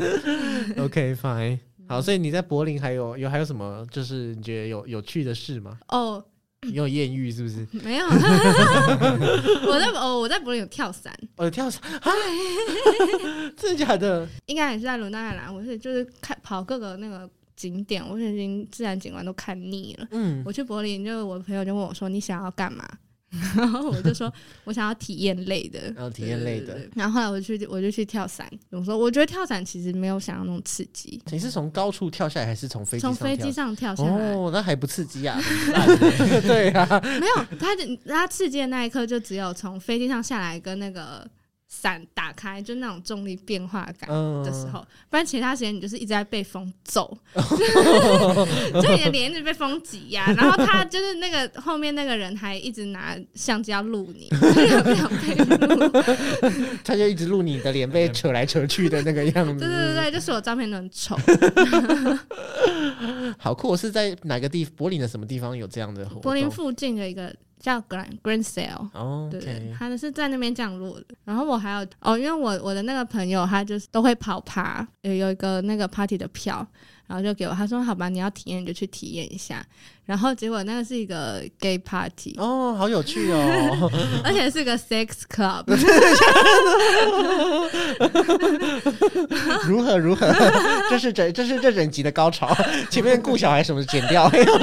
Speaker 1: OK fine，好，所以你在柏林还有有还有什么就是你觉得有有趣的事吗？
Speaker 2: 哦，
Speaker 1: 你有艳遇是不是？*laughs*
Speaker 2: 没有， *laughs* 我在哦，我在柏林有跳伞，
Speaker 1: 我跳伞啊！
Speaker 2: *laughs*
Speaker 1: 真的假的？
Speaker 2: 应该也是在伦敦爱尔兰，我是就是看跑各个那个景点，我是已经自然景观都看腻了。
Speaker 1: 嗯，
Speaker 2: 我去柏林，就我朋友就问我说：“你想要干嘛？” *laughs* 然后我就说：“我想要体验类的。”
Speaker 1: 然后哦体验类
Speaker 2: 对
Speaker 1: 的。
Speaker 2: 对对然后后来我去我就去跳伞，我说我觉得跳伞其实没有想象中刺激，
Speaker 1: 你是从高处跳下来，还是从飞机
Speaker 2: 从
Speaker 1: 上
Speaker 2: 飞
Speaker 1: 跳
Speaker 2: 机？上跳下来、
Speaker 1: 哦，那还不刺激啊？很烂欸 *laughs* 对啊，
Speaker 2: *laughs* 没有，它的它刺激的那一刻就只有从飞机上下来跟那个伞打开，就那种重力变化感。
Speaker 1: 嗯，
Speaker 2: 的时候，不然其他时间你就是一直在被风
Speaker 1: *laughs*
Speaker 2: 揍，就你的脸一直被风挤压、然后他就是那个后面那个人还一直拿相机要录你，就是不想被
Speaker 1: *laughs*
Speaker 2: 录。
Speaker 1: 他就一直录你的脸被扯来扯去的那个样子。
Speaker 2: 对对对对， *laughs* 就是我照片都很丑，
Speaker 1: 好酷！我是在哪个地？柏林的什么地方有这样的活动？
Speaker 2: *laughs* 柏林附近的一个叫 Grand Grand Sale。
Speaker 1: 哦
Speaker 2: 对对
Speaker 1: ，OK，，
Speaker 2: 他的是在那边降落的。然后我还有哦，因为我我的那个朋友他就是都会跑趴，有有一个那个 party 的票，然后就给我，他说好吧，你要体验你就去体验一下。然后结果那个是一个 gay party，、
Speaker 1: 哦，好有趣哦！ *laughs*
Speaker 2: 而且是个 sex club，
Speaker 1: 如何如何？这是整这是这整集的高潮，前面顾小孩什么剪
Speaker 2: *laughs*
Speaker 1: 掉。
Speaker 2: 没有，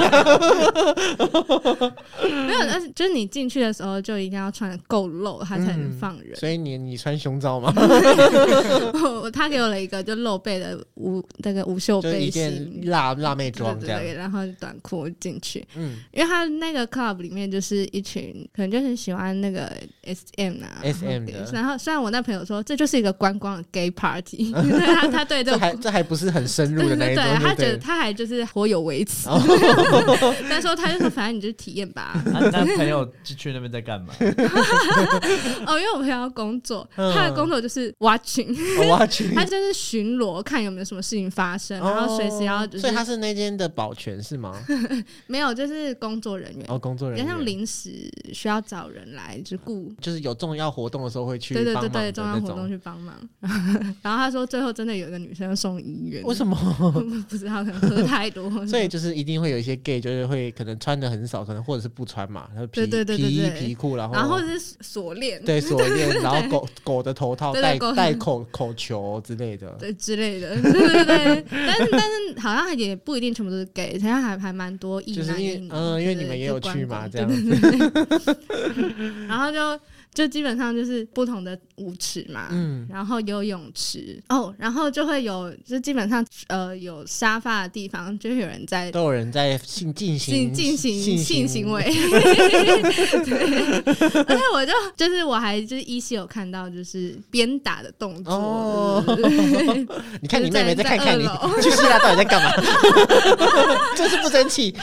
Speaker 2: 但是就是你进去的时候就一定要穿得够露，他才能放人。
Speaker 1: 所以你你穿胸罩吗？嗯
Speaker 2: *laughs* 我他给我了一个就露背的无那个无袖
Speaker 1: 就是
Speaker 2: 背
Speaker 1: 一
Speaker 2: 心
Speaker 1: 件。辣辣妹
Speaker 2: 哦对
Speaker 1: 装
Speaker 2: 对
Speaker 1: 这
Speaker 2: 啊
Speaker 1: 样。
Speaker 2: 对，然后短裤进去，
Speaker 1: 嗯
Speaker 2: 因为他那个 club 里面就是一群可能就是喜欢那个 SM 啊
Speaker 1: SM
Speaker 2: 然后
Speaker 1: 的
Speaker 2: 然后虽然我那朋友说这就是一个观光的 gay
Speaker 1: *laughs*
Speaker 2: party，对他他对这
Speaker 1: 这
Speaker 2: 个
Speaker 1: 还这还不是很深入
Speaker 2: 对
Speaker 1: 的
Speaker 2: 对
Speaker 1: 那一
Speaker 2: 对，
Speaker 1: 种，
Speaker 2: 他
Speaker 1: 就
Speaker 2: 觉
Speaker 1: 对哦
Speaker 2: 得
Speaker 1: 了。
Speaker 2: 他还就是颇有微词， *laughs*
Speaker 1: *laughs*
Speaker 2: 但是他就说反正你就体验吧。
Speaker 3: 啊那朋友去去那边在干嘛？
Speaker 2: *laughs* 哦，因为我朋友要工作，
Speaker 1: 嗯
Speaker 2: 他的工作就是
Speaker 1: *laughs*
Speaker 2: watching，
Speaker 1: 我要去。
Speaker 2: 他就是巡逻看有没有什么事情发生，然后随时要就
Speaker 1: 哦
Speaker 2: 是
Speaker 1: 所以他是那间的保全是吗？
Speaker 2: 没有就是工作人员，
Speaker 1: 哦，工作
Speaker 2: 比
Speaker 1: 人
Speaker 2: 较
Speaker 1: 员
Speaker 2: 像临时需要找人来就是顾
Speaker 1: 就是有重要活动的时候会去
Speaker 2: 对对
Speaker 1: 帮
Speaker 2: 对
Speaker 1: 忙
Speaker 2: 对，
Speaker 1: 的
Speaker 2: 重要
Speaker 1: 那
Speaker 2: 活动
Speaker 1: 种。
Speaker 2: 去帮忙。 *laughs* 然后他说，最后真的有一个女生送医院，
Speaker 1: 为什么？
Speaker 2: 么 *laughs* 不知道？可能喝太多，
Speaker 1: *laughs* 所以就是一定会有一些 gay，就是会可能穿的很少，可能或者是不穿嘛，然后皮
Speaker 2: 对对对
Speaker 1: 皮衣
Speaker 2: 对对
Speaker 1: 皮裤，然后
Speaker 2: 然后或者是锁链
Speaker 1: 哦对锁链，然后狗狗的头套，
Speaker 2: 对
Speaker 1: 戴
Speaker 2: 对狗
Speaker 1: 戴口口球之类的。
Speaker 2: 对之类的， *laughs* 对对对。但是但是好像也不一定全部都是 gay，好像还还蛮多异
Speaker 1: 就是
Speaker 2: 男
Speaker 1: 因
Speaker 2: 异
Speaker 1: 为
Speaker 2: 女，
Speaker 1: 嗯因为
Speaker 2: 就
Speaker 1: 你们
Speaker 2: 是
Speaker 1: 也有
Speaker 2: 就
Speaker 1: 去
Speaker 2: 观
Speaker 1: 嘛
Speaker 2: 光
Speaker 1: 这样
Speaker 2: 对对对然后就就基本上就是不同的舞池嘛，
Speaker 1: 嗯，
Speaker 2: 然后游泳池哦，然后就会有，就基本上呃有沙发的地方，就会有人在
Speaker 1: 都有人在性进行
Speaker 2: 进进行性行
Speaker 1: *laughs*
Speaker 2: 为。
Speaker 1: 为，
Speaker 2: 对，而且我就就是我还就是依稀有看到就是鞭打的动作，
Speaker 1: 哦
Speaker 2: 对对对对
Speaker 1: 你看你妹妹在看看你
Speaker 2: 在
Speaker 1: *laughs*
Speaker 2: 二，
Speaker 1: 去希腊到底在干嘛？真是不争气， *laughs*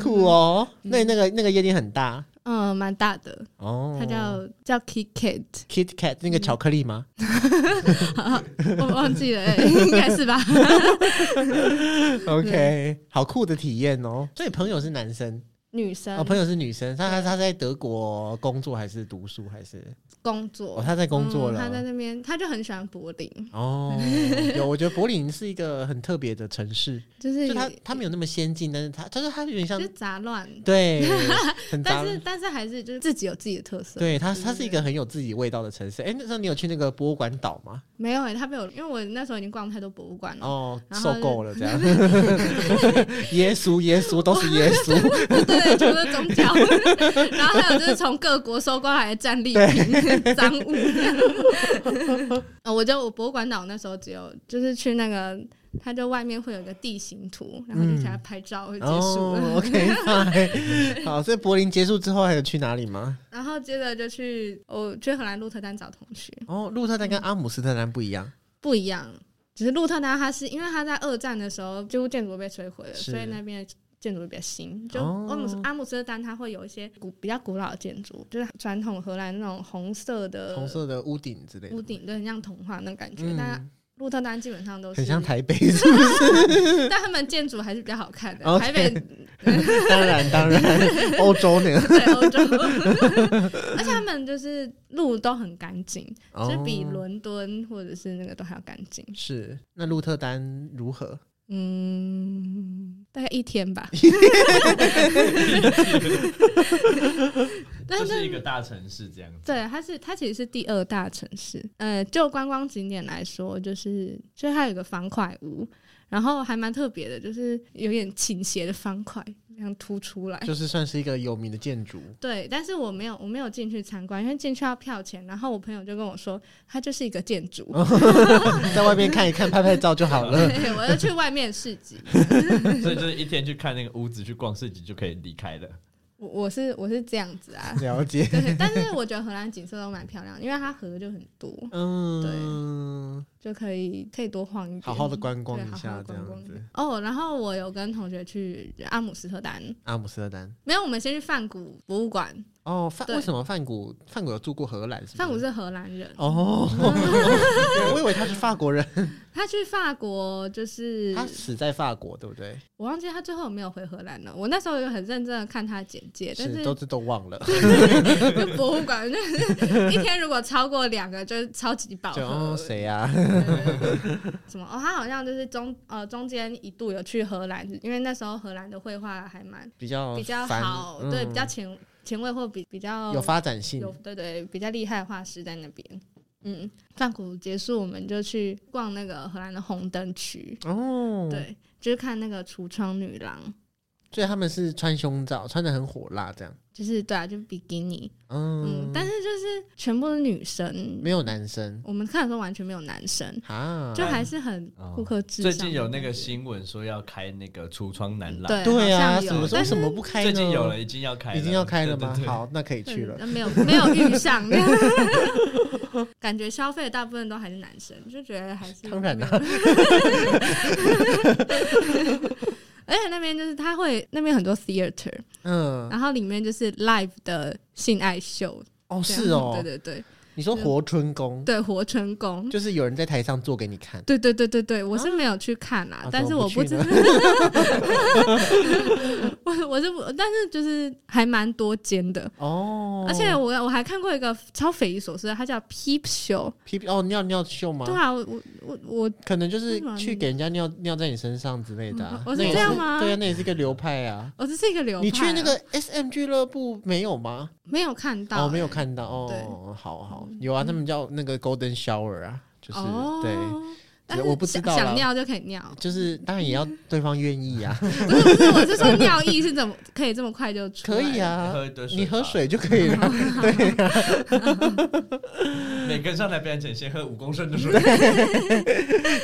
Speaker 1: 酷哦！那那个那个夜店很大
Speaker 2: 嗯，蛮大的，
Speaker 1: 哦，
Speaker 2: 它叫叫 Kit Kat，
Speaker 1: Kit Kat 那个巧克力吗？
Speaker 2: 我忘记了、欸，应
Speaker 1: *laughs*
Speaker 2: 该是吧？嗯
Speaker 1: OK，好酷的体验哦！所以朋友是男生，
Speaker 2: 女生、
Speaker 1: 哦，朋友是女生。他他他在德国工作还是读书还是？
Speaker 2: 工作，
Speaker 1: 哦，他在工作
Speaker 2: 嗯他在
Speaker 1: 了。
Speaker 2: 那边，他就很喜欢柏林， *laughs*
Speaker 1: 哦，有，我觉得柏林是一个很特别的城市，
Speaker 2: 就是
Speaker 1: 就它
Speaker 2: 有
Speaker 1: 它没有那么先进，但是它就是它有点像
Speaker 2: 就是杂乱， *laughs*
Speaker 1: 对，很嗯杂
Speaker 2: 但。是但是还是就是自己有自己的特色。
Speaker 1: 对它，它是一
Speaker 2: 嗯
Speaker 1: 个很有自己味道的城市。哎，那时候你有去那个博物馆岛吗？
Speaker 2: 没有哎、欸，他被我，因为我那时候已经逛太多博物馆了。
Speaker 1: 哦，
Speaker 2: 然后
Speaker 1: 受够了这样。 *laughs* 耶稣，耶稣，都是耶稣。
Speaker 2: *laughs* 对对，除了宗教，然后还有就是从各国收刮来的战利品、 *laughs* 赃物。啊，我就我博物馆岛那时候只有就是去那个，它就外面会有一个地形图，然后就给它拍照 *laughs* 就结束
Speaker 1: 嗯
Speaker 2: 了。
Speaker 1: 哦，OK，fine 好，所以柏林结束之后还有去哪里吗？
Speaker 2: *laughs* 然后接着就去我去荷兰鹿特丹找同学，
Speaker 1: 哦，鹿特丹
Speaker 2: 嗯
Speaker 1: 跟阿姆斯特丹不一样，
Speaker 2: 不一样，只是鹿特丹它是因为它在二战的时候几乎建筑被摧毁了，
Speaker 1: 是
Speaker 2: 所以那边。建筑比较新，就
Speaker 1: 哦
Speaker 2: 阿姆斯阿姆斯特丹，它会有一些古比较古老的建筑，就是传统荷兰那种红色的
Speaker 1: 红色的屋顶之类的
Speaker 2: 呃屋，顶，对，很像童话那种感觉。但
Speaker 1: 嗯，
Speaker 2: 鹿特丹基本上都是
Speaker 1: 很像台北，是
Speaker 2: *laughs*
Speaker 1: 不是？
Speaker 2: 但他们建筑还是比较好看的。
Speaker 1: OK
Speaker 2: 台北
Speaker 1: 当然，当然，欧洲那
Speaker 2: *laughs*
Speaker 1: 个，
Speaker 2: 对
Speaker 1: *laughs*
Speaker 2: 欧洲，而且他们就是路都很干净，就
Speaker 1: 哦
Speaker 2: 比伦敦或者是那个都还要干净。
Speaker 1: 是。那鹿特丹如何？
Speaker 2: 嗯，大概一天吧。但
Speaker 3: 这是
Speaker 2: 是
Speaker 3: 一个大城市这样子。
Speaker 2: 对，它是它其实是第二大城市。呃，就观光景点来说，就是就是它有一个方块屋，然后还蛮特别的，就是有点倾斜的方块这样凸出来。
Speaker 1: 就是算是一个有名的建筑。
Speaker 2: 对，但是我没有我没有进去参观，因为进去要票钱。然后我朋友就跟我说，它就是一个建筑。
Speaker 1: 在外面看一看、拍拍照就好
Speaker 2: *laughs*
Speaker 1: 了。，
Speaker 2: 对，我要去外面市集。
Speaker 3: 所以就是一天去看那个屋子，去逛市集就可以离开了。
Speaker 2: 我我是我是这样子啊
Speaker 1: 了解，
Speaker 2: 对。但是我觉得荷兰景色都蛮漂亮的，因为它河就很多，
Speaker 1: 嗯，
Speaker 2: 就可以可以多晃一点，
Speaker 1: 好好的观光
Speaker 2: 对
Speaker 1: 一
Speaker 2: 好
Speaker 1: 下
Speaker 2: 好
Speaker 1: 这
Speaker 2: 观光
Speaker 1: 样
Speaker 2: 一
Speaker 1: 子
Speaker 2: 下。。哦，然后我有跟同学去阿姆斯特丹，
Speaker 1: 阿姆斯特丹
Speaker 2: 没有，我们先去梵谷博物馆。
Speaker 1: 哦，梵
Speaker 2: 对
Speaker 1: 为什么梵谷梵谷有住过荷兰？是不是
Speaker 2: 梵谷是荷兰人， *laughs*
Speaker 1: 哦，我以为他是法国人，
Speaker 2: 他去法国就是
Speaker 1: 他死在法国，对不对？
Speaker 2: 我忘记他最后有没有回荷兰了。我那时候有很认真的看他简介，但 *laughs*
Speaker 1: 是，都这都忘了。
Speaker 2: 就博物馆就是一天如果超过两个，就是超级饱
Speaker 1: 就
Speaker 2: 和
Speaker 1: 哦。谁啊？
Speaker 2: 什么？哦，他好像就是中呃中间一度有去荷兰，因为那时候荷兰的绘画还蛮
Speaker 1: 比较
Speaker 2: 比较
Speaker 1: 繁
Speaker 2: 好，
Speaker 1: 哦嗯
Speaker 2: 对，比较前前卫或比比较
Speaker 1: 有发展性
Speaker 2: 有。对对比较厉害的画师在那边。嗯，曼谷结束，我们就去逛那个荷兰的红灯区，
Speaker 1: 哦，，
Speaker 2: 对，就是看那个橱窗女郎，
Speaker 1: 所以他们是穿胸罩，穿的很火辣这样。
Speaker 2: 就是对啊，就是比基尼，嗯，
Speaker 1: 嗯，
Speaker 2: 但是就是全部都是女生，
Speaker 1: 没有男生
Speaker 2: 我们看的时候完全没有男生，
Speaker 1: 啊，
Speaker 2: 就还是很
Speaker 3: 哦
Speaker 2: 顾客至上
Speaker 3: 最
Speaker 2: 的感觉。
Speaker 3: 近有那个新闻说要开那个橱窗男
Speaker 2: 对
Speaker 3: 篮，
Speaker 1: 对
Speaker 2: 好
Speaker 1: 啊，
Speaker 2: 像
Speaker 1: 什么时候
Speaker 2: 有
Speaker 1: 为
Speaker 2: 但是
Speaker 1: 什么不开呢？
Speaker 3: 最近有了，已经要开了，
Speaker 1: 已经要开了
Speaker 3: 对
Speaker 1: 吗？，好，那可以去了。
Speaker 2: 嗯没有没有遇
Speaker 1: *laughs*
Speaker 2: 上， *laughs* 感觉消费大部分都还是男生，就觉得还是
Speaker 1: 当然啦
Speaker 2: 没有而且那边就是他会那边很多 theater，
Speaker 1: 嗯，
Speaker 2: 然后里面就是 live 的性爱秀，
Speaker 1: 哦，
Speaker 2: 这样
Speaker 1: 是哦，
Speaker 2: 对对对
Speaker 1: 你说活春宫，
Speaker 2: 对，活春宫，
Speaker 1: 就是有人在台上做给你看，
Speaker 2: 对对对对对，我是没有去看啦，
Speaker 1: 啊
Speaker 2: 但是
Speaker 1: 怎么
Speaker 2: 我
Speaker 1: 不
Speaker 2: 不
Speaker 1: 去
Speaker 2: 知
Speaker 1: 呢
Speaker 2: 道， *laughs* 我我是不，但是就是还蛮多间的，
Speaker 1: 哦，
Speaker 2: 而且我我还看过一个超匪夷所思的，它叫 Peep Show，
Speaker 1: 屁屁哦尿尿秀吗？
Speaker 2: 对啊，我我我我
Speaker 1: 可能就是
Speaker 2: 为什么
Speaker 1: 去给人家尿尿在你身上之类的啊
Speaker 2: 啊嗯，哦是
Speaker 1: 那也
Speaker 2: 这样吗
Speaker 1: 对啊，那也是一个流派啊。
Speaker 2: 我这是一个流派啊、
Speaker 1: 你去那个 S M 俱乐部没有吗？
Speaker 2: 没有看到、
Speaker 1: 哦，没有
Speaker 2: 欸
Speaker 1: 看到哦。好好，有啊，他们叫那个 Golden Shower 啊，就是
Speaker 2: 哦，
Speaker 1: 对，
Speaker 2: 但是
Speaker 1: 我不知道啦
Speaker 2: 想想尿就可以尿，
Speaker 1: 就是当然也要对方愿意 *laughs* 啊，
Speaker 2: 不是不是，我是说尿意是怎么可以这么快就出来？
Speaker 1: 可以，啊，
Speaker 3: 喝一堆水，
Speaker 1: 你喝，水就可以了。
Speaker 3: 每个人上台表演前先喝五公升的水，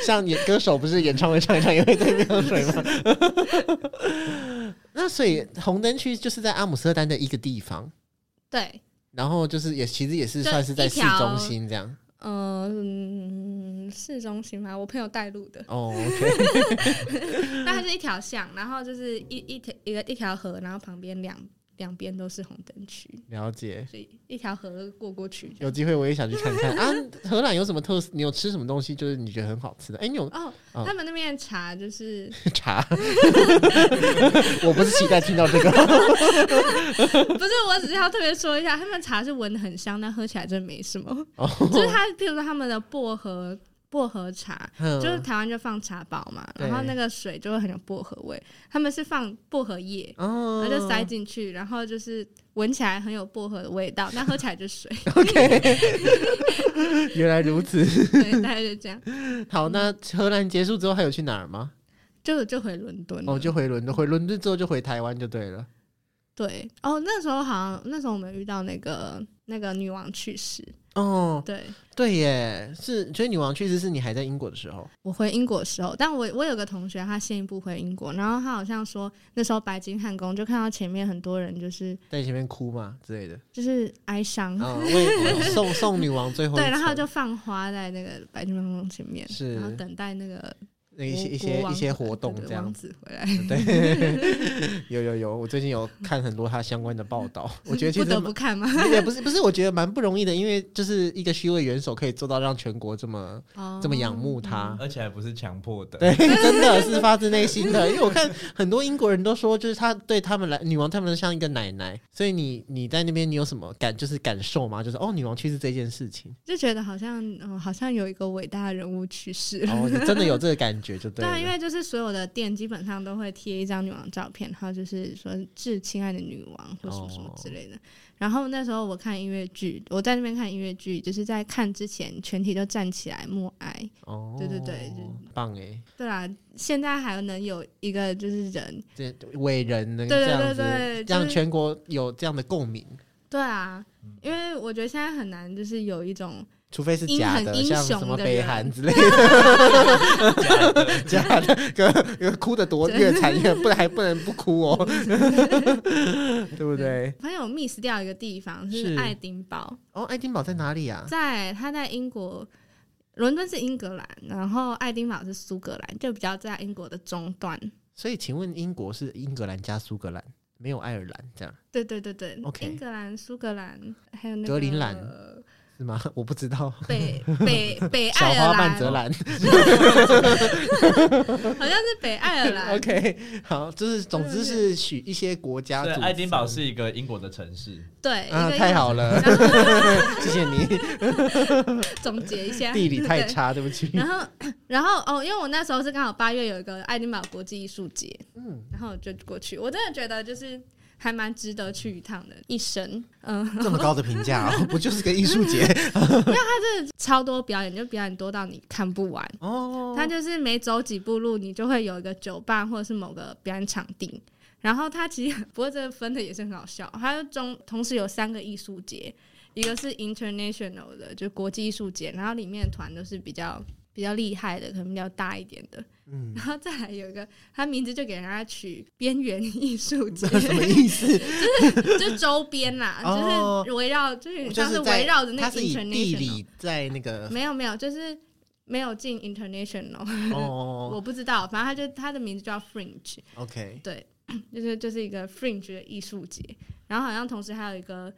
Speaker 1: 像演歌手不是演唱会唱一唱也会在那边喝水
Speaker 2: *laughs*
Speaker 1: 吗？那所以红灯区就是在阿姆斯特丹的一个地方，
Speaker 2: 对，
Speaker 1: 然后就是也其实也是
Speaker 2: 就
Speaker 1: 算是在
Speaker 2: 一
Speaker 1: 市
Speaker 2: 条
Speaker 1: 中心这样。
Speaker 2: 呃嗯，市中心嘛，我朋友带路的，
Speaker 1: 哦，OK，
Speaker 2: 但它是一条巷，然后就是一一条一个一条河，然后旁边两两边都是红灯区，
Speaker 1: 了解。
Speaker 2: 所以一条河过过去这样。
Speaker 1: 有机会我也想去看看啊！荷兰有什么特色？你有吃什么东西？就是你觉得很好吃的？哎、你有
Speaker 2: 哦，
Speaker 1: 嗯
Speaker 2: 他们那边的茶就是，
Speaker 1: 茶？ *laughs* 我不是期待听到这
Speaker 2: *laughs*
Speaker 1: 个。
Speaker 2: 不是我只是要特别说一下，他们茶是闻的很香，但喝起来真的没什么。就
Speaker 1: *laughs*
Speaker 2: 是
Speaker 1: 哦，
Speaker 2: 它，譬如说他们的薄荷薄荷茶，就是
Speaker 1: 嗯
Speaker 2: 台湾就放茶包嘛，
Speaker 1: 对
Speaker 2: 然后那个水就会很有薄荷味。他们是放薄荷叶，然
Speaker 1: 哦
Speaker 2: 后就塞进去，然后就是闻起来很有薄荷的味道，但喝起来就是
Speaker 1: *laughs*
Speaker 2: 水。
Speaker 1: 原来如
Speaker 2: *laughs*
Speaker 1: 此。
Speaker 2: 对，大概就这样，
Speaker 1: 好，那荷兰结束之后还有去哪儿吗？
Speaker 2: 就就回伦敦了。
Speaker 1: 哦，就回伦敦，回伦敦之后就回台湾就对了。
Speaker 2: 对哦，那时候好像那时候我们遇到那个那个女王去世，
Speaker 1: 哦，
Speaker 2: 对。
Speaker 1: 对耶，是，所以女王去世是你还在英国的时候，
Speaker 2: 我回英国的时候，但我我有个同学，他先一步回英国，然后他好像说那时候白金汉宫就看到前面很多人就是
Speaker 1: 在前面哭嘛之
Speaker 2: *laughs*
Speaker 1: 类的，
Speaker 2: 就是哀伤，
Speaker 1: 啊、为送送女王最后一
Speaker 2: 对，然后
Speaker 1: 程
Speaker 2: 就放花在那个白金汉宫前面，
Speaker 1: 是
Speaker 2: 然后等待那个
Speaker 1: 那一些
Speaker 2: 国
Speaker 1: 一些
Speaker 2: 国王
Speaker 1: 一些活动
Speaker 2: 对对
Speaker 1: 这样
Speaker 2: 王
Speaker 1: 子，
Speaker 2: 子回来，
Speaker 1: 对， *laughs* 有有有，我最近有看很多他相关的报道，我觉得其
Speaker 2: 不
Speaker 1: 实
Speaker 2: 得
Speaker 1: 蛮
Speaker 2: 不看吗？
Speaker 1: 也不是不是，我觉得蛮不容易的，因为就是一个虚位元首可以做到让全国这么
Speaker 2: 哦
Speaker 1: 这么仰慕
Speaker 2: 嗯
Speaker 1: 他，
Speaker 3: 而且还不是强迫的。
Speaker 2: *laughs*
Speaker 1: 对，真的是发自内心的，因为我看很多英国人都说，就是他对他们来女王他们像一个奶奶，所以你你在那边你有什么感就是感受吗？就是哦，女王去世
Speaker 2: *laughs*
Speaker 1: 这件事情，
Speaker 2: 哦就觉得好像、嗯好像有一个伟大的人物去世了。
Speaker 1: 哦，你真的有这个感觉就对
Speaker 2: 对
Speaker 1: 了。
Speaker 2: 啊，因为就是所有的店基本上都会贴一张女王照片，然后就是说致亲爱的女王或什么什么之类的。
Speaker 1: 哦
Speaker 2: 然后那时候我看音乐剧，我在那边看音乐剧，就是在看之前全体都站起来默哀。
Speaker 1: 哦，
Speaker 2: 对对对就
Speaker 1: 棒哎，
Speaker 2: 对啦，现在还能有一个就是人，
Speaker 1: 这伟人能
Speaker 2: 对
Speaker 1: 这
Speaker 2: 对
Speaker 1: 样
Speaker 2: 对
Speaker 1: 子，
Speaker 2: 对就是
Speaker 1: 让全国有这样的共鸣，
Speaker 2: 对啊，
Speaker 1: 嗯
Speaker 2: 因为我觉得现在很难就是有一种
Speaker 1: 除非是假
Speaker 2: 英
Speaker 1: 的，
Speaker 2: 很英
Speaker 1: 像
Speaker 2: 雄
Speaker 1: 什么
Speaker 2: 的
Speaker 1: 北
Speaker 2: 人
Speaker 1: 韩
Speaker 2: *laughs*
Speaker 1: 之类的，假的，可可哭的多越惨越，不然还不能不哭哦， *laughs* 对不对？
Speaker 2: 朋友 miss 掉一个地方是
Speaker 1: 是
Speaker 2: 爱丁堡，
Speaker 1: 哦，爱丁堡在哪里啊？
Speaker 2: 在他在英国。伦敦是英格兰，然后爱丁堡是苏格兰，就比较在英国的中段。
Speaker 1: 所以，请问英国是英格兰加苏格兰，没有爱尔兰这样
Speaker 2: 对对对对
Speaker 1: OK
Speaker 2: 英格兰、苏格兰还有那个
Speaker 1: 格陵兰是吗？ *laughs* 我不知道。 *laughs*
Speaker 2: 北北北
Speaker 1: 小
Speaker 2: 爱
Speaker 1: 花
Speaker 2: 尔
Speaker 1: 曼泽
Speaker 2: 兰，
Speaker 1: 兰
Speaker 2: 好像是北爱尔
Speaker 1: *laughs*
Speaker 2: 兰。
Speaker 1: ，OK，好，就是总之是许一些国家
Speaker 3: 对，
Speaker 1: 组
Speaker 3: 爱丁堡
Speaker 1: 成
Speaker 3: 是一个英国的城市，
Speaker 2: 对，一
Speaker 1: 啊，
Speaker 2: 个
Speaker 1: 太好了，
Speaker 2: 然
Speaker 1: *laughs*
Speaker 2: 后
Speaker 1: 谢谢你，
Speaker 2: 总结一下
Speaker 1: 地理太。
Speaker 2: 对
Speaker 1: 差，对不
Speaker 2: *laughs*
Speaker 1: 起。
Speaker 2: 然后，然后哦，因为我那时候是刚好八月有一个爱丁堡国际艺术节，
Speaker 1: 嗯，
Speaker 2: 然后我就过去。我真的觉得就是还蛮值得去一趟的，一生。嗯， *laughs*
Speaker 1: 这么高的评价哦，不就是个艺术节
Speaker 2: 它是超多表演，就表演多到你看不完。
Speaker 1: 哦？
Speaker 2: 它就是每走几步路，你就会有一个酒吧或者是某个表演场地。然后它其实，不过这个分的也是很好笑，它就中同时有三个艺术节，一个是 international 的，就国际艺术节，然后里面的团都是比较比较厉害的，可能比较大一点的。
Speaker 1: 嗯，
Speaker 2: 然后再来有一个，它名字就给人家取边缘艺术节，
Speaker 1: *laughs* 什么意思？
Speaker 2: *laughs* 就周边啦，
Speaker 1: 哦
Speaker 2: 就是围绕，就是
Speaker 1: 就
Speaker 2: 像是
Speaker 1: 在
Speaker 2: 围绕着那
Speaker 1: 它
Speaker 2: 个
Speaker 1: 是以地
Speaker 2: international，
Speaker 1: 理在那个
Speaker 2: 没有没有，就是没有进 international。
Speaker 1: 哦
Speaker 2: 我不知道，反正他就他的名字叫 Fringe，
Speaker 1: ，OK，
Speaker 2: 对，就是就是一个 Fringe 的艺术节，然后好像同时还有一个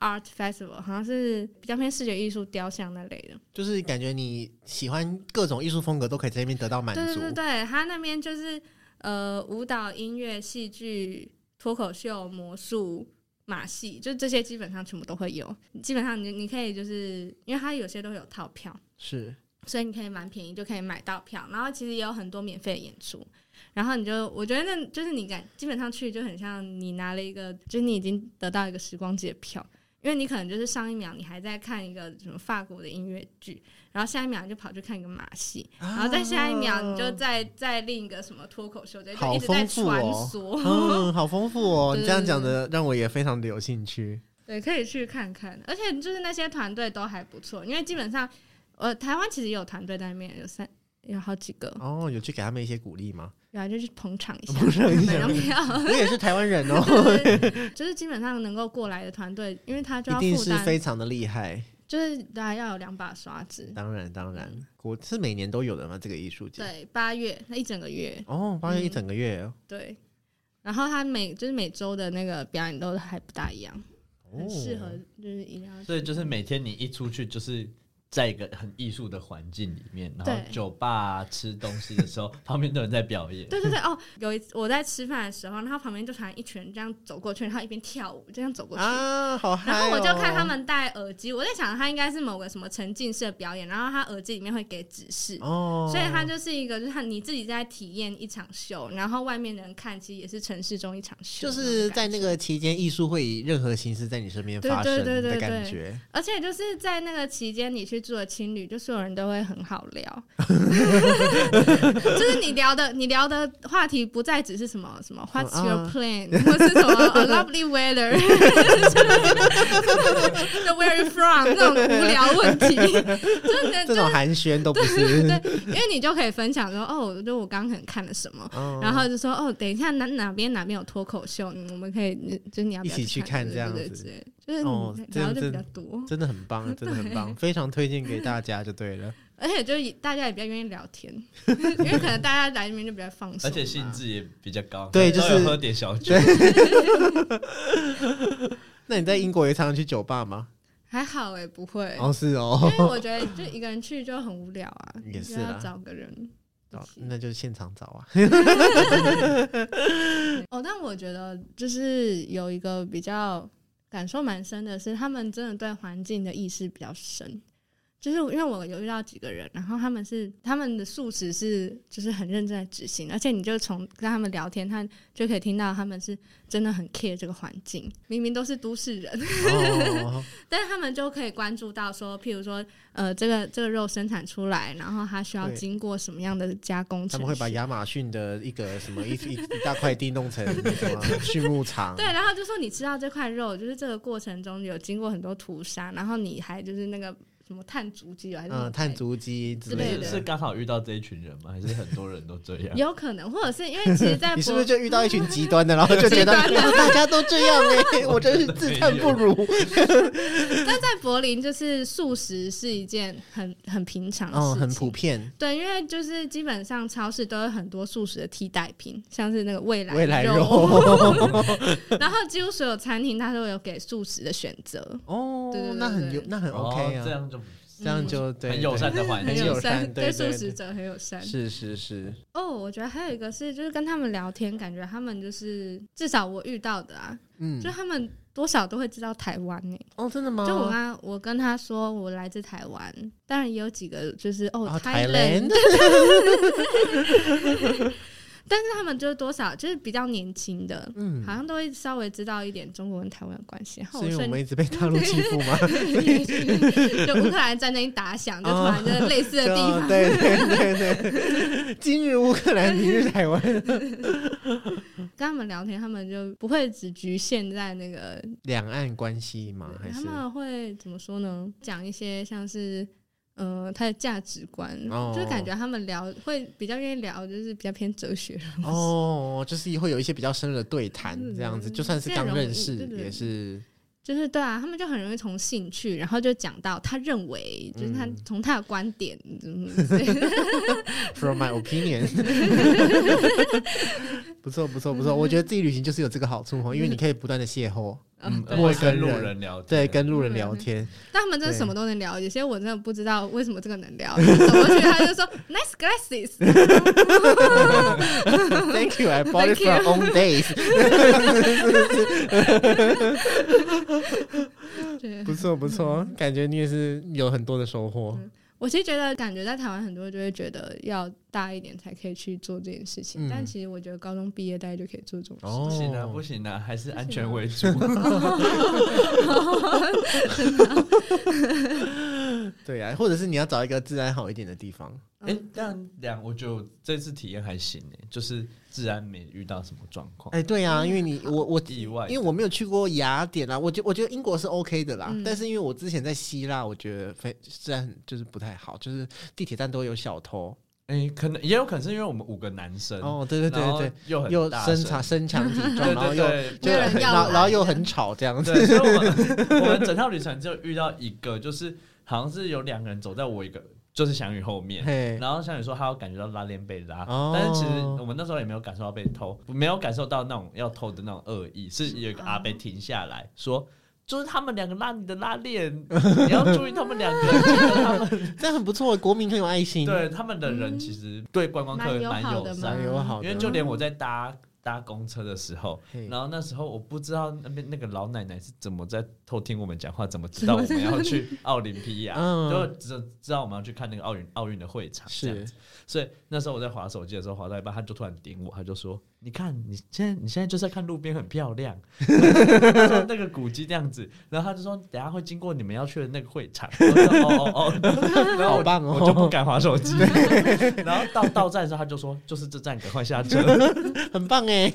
Speaker 2: Art Festival，好像是比较偏视觉艺术、雕像那类的。
Speaker 1: 就是感觉你喜欢各种艺术风格都可以在那边得到满
Speaker 2: 对对
Speaker 1: 足
Speaker 2: 对，对，他那边就是呃舞蹈、音乐、戏剧、脱口秀、魔术。马戏就这些基本上全部都会有，基本上你你可以就是因为它有些都有套票，
Speaker 1: 是
Speaker 2: 所以你可以蛮便宜就可以买到票，然后其实也有很多免费的演出，然后你就我觉得那就是你感基本上去就很像你拿了一个，就是你已经得到一个时光机的票，因为你可能就是上一秒你还在看一个什么法国的音乐剧，然后下一秒你就跑去看一个马戏，
Speaker 1: 啊
Speaker 2: 然后再下一秒你就再再另一个什么脱口秀，就
Speaker 1: 好
Speaker 2: 一直在
Speaker 1: 丰富
Speaker 2: 穿
Speaker 1: 哦
Speaker 2: 梭，
Speaker 1: 嗯，好丰富哦！
Speaker 2: 对
Speaker 1: 你这样讲的让我也非常的有兴趣。
Speaker 2: 对，可以去看看，而且就是那些团队都还不错，因为基本上呃台湾其实也有团队在那边有三有好几个，
Speaker 1: 哦，有去给他们一些鼓励
Speaker 2: *laughs*
Speaker 1: 吗？
Speaker 2: 然后就去捧场一下，
Speaker 1: 捧场一下
Speaker 2: 买张票。
Speaker 1: *laughs* 我也是台湾人哦，
Speaker 2: *laughs* 就是就是基本上能够过来的团队，因为他就
Speaker 1: 一
Speaker 2: 要
Speaker 1: 定
Speaker 2: 负
Speaker 1: 是
Speaker 2: 担，
Speaker 1: 非常的厉害。
Speaker 2: 就是大家要有两把刷子。
Speaker 1: 当然，当然，我是每年都有的嘛，这个艺术节。
Speaker 2: 嗯对，八月那一整个月，
Speaker 1: 哦，八月一整个月哦，
Speaker 2: 对。然后他每就是每周的那个表演都还不大一样，嗯很
Speaker 1: 哦
Speaker 2: 适合就是一定要去。
Speaker 3: 所以就是每天你一出去就是。在一个很艺术的环境里面，然后
Speaker 2: 对
Speaker 3: 酒吧啊、吃东西的时候， *laughs* 旁边都有人在表演。
Speaker 2: 对对对，哦，有一次我在吃饭的时候，然后旁边就传一群人这样走过去，然后一边跳舞，这样走过去。
Speaker 1: 啊，好嗨、哦！
Speaker 2: 然后我就看他们戴耳机，我在想他应该是某个什么沉浸式的表演，然后他耳机里面会给指示，
Speaker 1: 哦，
Speaker 2: 所以它就是一个，就是它你自己在体验一场秀，然后外面的人看，其实也是城市中一场秀
Speaker 1: 就
Speaker 2: 种感觉，
Speaker 1: 是在那个期间，艺术会以任何形式在你身边发生
Speaker 2: 对对
Speaker 1: 的
Speaker 2: 对对
Speaker 1: 感觉。
Speaker 2: 而且就是在那个期间，你去住的情侣，就所有人都会很好
Speaker 1: *laughs*
Speaker 2: 聊，就是你聊的你聊的话题不再只是什么什么 What's
Speaker 1: 啊
Speaker 2: your plan，、或是
Speaker 1: *laughs*
Speaker 2: 什么 A lovely weather，就 *laughs* Where are you from 那种无聊问题， *laughs* 真的
Speaker 1: 这种寒暄都不是，
Speaker 2: 对，
Speaker 1: *laughs*
Speaker 2: 因为你就可以分享说，哦，就我刚刚可能看了什么，
Speaker 1: 哦
Speaker 2: 然后就说，哦，等一下哪哪边哪边有脱口秀，嗯我们可以，就是你要不
Speaker 1: 一
Speaker 2: 要
Speaker 1: 起去
Speaker 2: 看
Speaker 1: 看这样
Speaker 2: 对
Speaker 1: 子
Speaker 2: 对对对
Speaker 1: 哦
Speaker 2: 就是你
Speaker 1: 这样
Speaker 2: 聊的
Speaker 1: 真
Speaker 2: 比较多，
Speaker 1: 真的很
Speaker 2: *laughs*
Speaker 1: 棒，真的很棒，非常推荐给大家就对了。
Speaker 2: 而且就是大家也比较愿意聊天， *laughs* 因为可能大家来那边就比较放松，
Speaker 3: 而且兴。致也比较高，
Speaker 1: 对
Speaker 3: 可
Speaker 1: 就
Speaker 3: 能都
Speaker 1: 是
Speaker 3: 有喝点小酒，
Speaker 1: 那你在英国也常常去酒吧吗？
Speaker 2: 还好哎、不会，
Speaker 1: 哦，是
Speaker 2: 因
Speaker 1: 哦，
Speaker 2: 为我觉得就一个人去就很无聊啊，
Speaker 1: 也是
Speaker 2: 就要
Speaker 1: 啦
Speaker 2: 找个人。
Speaker 1: 哦那就是现场找啊。
Speaker 2: 哦，但我觉得就是有一个比较感受蛮深的是，他们真的对环境的意识比较深。就是因为我有遇到几个人，然后他们是他们的素食是就是很认真的执行，而且你就从跟他们聊天，他就可以听到他们是真的很 care 这个环境，明明都是都市人，
Speaker 1: 哦，
Speaker 2: *laughs* 但是他们就可以关注到说，譬如说呃这个这个肉生产出来，然后它需要
Speaker 1: 对
Speaker 2: 经过什么样的加工
Speaker 1: 他
Speaker 2: 程
Speaker 1: 们会把
Speaker 2: 序
Speaker 1: 亚马逊的一个什么一一一大块地弄成什么畜牧场，
Speaker 2: 对，然后就说你吃到这块肉，就是这个过程中有经过很多屠杀，然后你还就是那个什么碳足迹哦还是什么
Speaker 1: 嗯，碳足迹之类
Speaker 2: 之类
Speaker 3: 是
Speaker 1: 的。
Speaker 3: 是刚好遇到这一群人吗？还是很多人都这
Speaker 1: *laughs*
Speaker 3: 样？
Speaker 2: 有可能，或者是因为其实在，
Speaker 1: 你是
Speaker 2: 博
Speaker 1: 不是就遇到一群极
Speaker 2: *laughs*
Speaker 1: 端的，然后就觉得
Speaker 2: 极端的
Speaker 1: 啊大家都这样
Speaker 2: *laughs*
Speaker 1: 哎、我真是自叹不如。
Speaker 2: 但在柏林，就是素食是一件很很平常的事
Speaker 1: 嗯，
Speaker 2: 情，
Speaker 1: 很普遍。
Speaker 2: 对，因为就是基本上超市都有很多素食的替代品，像是那个未来
Speaker 1: 未来
Speaker 2: *laughs* 肉，哦
Speaker 1: 肉
Speaker 2: 然后几乎所有餐厅它都有给素食的选择，
Speaker 1: 哦
Speaker 2: 对对对，
Speaker 1: 那很有
Speaker 2: 对
Speaker 1: 那很 OK
Speaker 3: 哦
Speaker 1: 啊，
Speaker 3: 这样就
Speaker 1: 这
Speaker 2: 嗯
Speaker 1: 样就对
Speaker 3: 很友善的环
Speaker 1: 很
Speaker 3: 境
Speaker 1: 友。
Speaker 2: 友
Speaker 1: 善对对
Speaker 2: 对素食
Speaker 1: 对
Speaker 2: 者很友善
Speaker 1: 对。是是是，
Speaker 2: 哦，我觉得还有一个是，就是跟他们聊天，感觉他们就是至少我遇到的啊，
Speaker 1: 嗯
Speaker 2: 就，他们多少都会知道台湾呢、
Speaker 1: 哦，真的吗？
Speaker 2: 就我刚我跟他说我来自台湾，当然也有几个就是哦
Speaker 1: 哦，台
Speaker 2: 台人，
Speaker 1: 湾，
Speaker 2: *laughs* 但是他们就是多少就是比较年轻的，
Speaker 1: 嗯，
Speaker 2: 好像都会稍微知道一点中国跟台湾的关系。然后
Speaker 1: 是
Speaker 2: 我
Speaker 1: 因为我
Speaker 2: 瞬
Speaker 1: 们一直被大陆欺负吗？ *laughs*
Speaker 2: 间 *laughs* 就乌克兰战争一打响，就突然就是类似的地
Speaker 1: 就
Speaker 2: 方。
Speaker 1: 哦对啊对对对，今日乌克兰，明日台湾，
Speaker 2: 跟他们聊天，他们就不会只局限在那个
Speaker 1: 两岸关系吗？啊还
Speaker 2: 他
Speaker 1: 是
Speaker 2: 们会怎么说呢？讲一些像是，呃，他的价值观，
Speaker 1: 哦
Speaker 2: 就感觉他们聊会比较愿意聊，就是比较偏哲学的 *laughs* 东西。
Speaker 1: 哦，就是会有一些比较深入的对谈，这样子，
Speaker 2: 嗯
Speaker 1: 就算是刚认识
Speaker 2: 这种对对
Speaker 1: 也是
Speaker 2: 就是对啊，他们就很容易从兴趣，然后就讲到他认为，就是他
Speaker 1: 嗯
Speaker 2: 从他的观点，
Speaker 1: *laughs*
Speaker 2: 嗯，对
Speaker 1: from my
Speaker 2: *laughs*
Speaker 1: opinion 不错。不错不错不错，
Speaker 2: 嗯
Speaker 1: 我觉得自己旅行就是有这个好处哦，因为你可以不断的邂逅，
Speaker 3: 嗯，
Speaker 2: 呃对
Speaker 1: 陌
Speaker 3: 会
Speaker 1: 生
Speaker 3: 跟路
Speaker 1: 人
Speaker 3: 人聊天，
Speaker 1: 对，跟路人聊天，
Speaker 2: 但他们真的
Speaker 1: 对
Speaker 2: 什么都能聊，有些我真的不知道为什么这个能聊，就是走过去他
Speaker 1: *laughs*
Speaker 2: 就说 nice glasses，
Speaker 1: *laughs* Thank you, I bought it
Speaker 2: 嗯 Thank you.
Speaker 1: from own days 。
Speaker 2: 对。
Speaker 1: 不错不错，感觉你也是有很多的收获。
Speaker 2: 我其实觉得，感觉在台湾很多就会觉得要大一点才可以去做这件事情，
Speaker 1: 嗯
Speaker 2: 但其实我觉得高中毕业大概就可以做这种事情。
Speaker 1: 哦
Speaker 3: 不行啊，不行啊，还是安全为主。
Speaker 1: 对啊，或者是你要找一个治安好一点的地方。
Speaker 2: 嗯
Speaker 3: 哎，但两，我觉得我这次体验还行诶，就是治安没遇到什么状况，
Speaker 1: 哎、对啊，因为你我我
Speaker 3: 哦意外，
Speaker 1: 因为我没有去过雅典啊，我觉我觉得英国是 OK 的啦，
Speaker 2: 嗯
Speaker 1: 但是因为我之前在希腊，我觉得非治安就是不太好，就是地铁站都有小偷。
Speaker 3: 哎，可能也有可能是因为我们五个男生，
Speaker 1: 哦，对对
Speaker 3: 嗯然
Speaker 1: 对
Speaker 3: 后
Speaker 1: 对
Speaker 3: 又
Speaker 1: 对，
Speaker 3: 很
Speaker 1: 又
Speaker 3: 大
Speaker 1: 身强身强体壮，
Speaker 3: *laughs* 对
Speaker 1: 然后
Speaker 3: 对
Speaker 1: 又
Speaker 3: 对，
Speaker 1: 就
Speaker 2: 没有人
Speaker 1: 很
Speaker 2: 要
Speaker 1: 然后
Speaker 2: 来
Speaker 1: 然后又
Speaker 2: 的
Speaker 1: 很吵这样子。
Speaker 3: 对，所以我们我们整趟旅程就遇到一个，就是好像是有两个人走在我一个就是翔宇后面。
Speaker 1: 嘿，
Speaker 3: 然后翔宇说他有感觉到拉链被拉，
Speaker 1: 哦
Speaker 3: 但是其实我们那时候也没有感受到被偷，没有感受到那种要偷的那种恶意，是有一个阿伯停下来说。就是他们两个拉你的拉链，你要注意他们两个。
Speaker 2: *laughs*
Speaker 3: 他们
Speaker 1: 这样很不错，国民很有爱心，
Speaker 3: 对他们的人其实对观光客
Speaker 2: 嗯蛮友
Speaker 3: 蛮
Speaker 2: 好
Speaker 3: 友
Speaker 2: 的
Speaker 3: 善
Speaker 2: 嘛，
Speaker 1: 蛮友好
Speaker 3: 因
Speaker 1: 的。
Speaker 3: 为就连我在搭搭公车的时候，
Speaker 1: 嘿
Speaker 3: 然后那时候我不知道那边那个老奶奶是怎么在偷听我们讲话，怎么知道我们要去奥林匹亚，
Speaker 1: 嗯
Speaker 3: 就只知道我们要去看那个奥运奥运的会场这样
Speaker 1: 是
Speaker 3: 子。所以那时候我在划手机的时候，划到一半，他就突然顶我，他就说：“你看，你现在你现在就是在看路边很漂
Speaker 1: *laughs*
Speaker 3: 亮，他说那个古迹这样子。”然后他就说：“等一下会经过你们要去的那个会场。”我说：“哦哦哦。”然后
Speaker 1: 好
Speaker 3: 我
Speaker 1: 棒
Speaker 3: 我就不
Speaker 1: 哦，
Speaker 3: 敢划手机。 *laughs* 然后到到站的时候，他就说：“就是这站，赶快下车。”
Speaker 1: *laughs* *laughs* 很棒哎。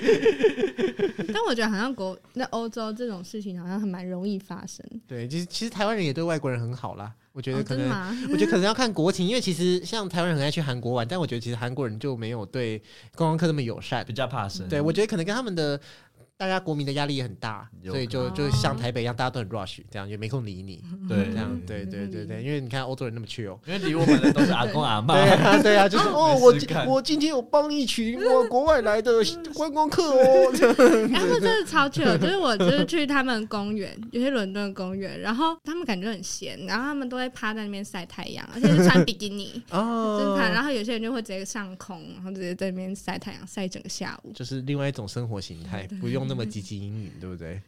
Speaker 2: *laughs* 但我觉得好像国在欧洲这种事情好像还蛮容易发生。
Speaker 1: 对，其实其实台湾人也对外国人很好啦，我觉得
Speaker 2: 哦
Speaker 1: 可
Speaker 2: 真的
Speaker 1: 能
Speaker 2: 吗？
Speaker 1: *laughs* 我觉得
Speaker 3: 嗯
Speaker 1: 可能要看国情，因为其实像台湾人很爱去韩国玩，但我觉得其实韩国人就没有对观光客那么友善
Speaker 3: 比。较怕生。
Speaker 1: 对，我觉得可能跟他们的大家国民的压力也很大，
Speaker 3: 有
Speaker 1: 所以就
Speaker 2: 可能
Speaker 1: 就像台北一样，大家都很 rush，这样也没空理你。
Speaker 3: 对
Speaker 1: *laughs* 这样，
Speaker 3: 对，
Speaker 1: 对对对对，因为你看欧洲人那么 chill。
Speaker 3: 因为离我们的都是阿公阿妈
Speaker 1: 对，啊，对啊，
Speaker 3: *laughs*
Speaker 1: 就是哦，
Speaker 3: 没
Speaker 1: 我
Speaker 3: 事
Speaker 1: 今
Speaker 3: 干
Speaker 1: 我今天有帮一群我国外来的观光客
Speaker 2: *laughs*
Speaker 1: 哦，这样，
Speaker 2: 哎，他们真的超 chill，就是我就是去他们公园，有些伦敦的公园，然后他们感觉很闲，然后他们都会趴在那边晒太 *laughs* 阳，而且是穿比基尼
Speaker 1: 哦
Speaker 2: 真的。然后有些人就会直接上空，然后直接在那边晒太阳，晒一整个下午。
Speaker 1: 就是另外一种生活形态，不用那么积极阴影，对不对？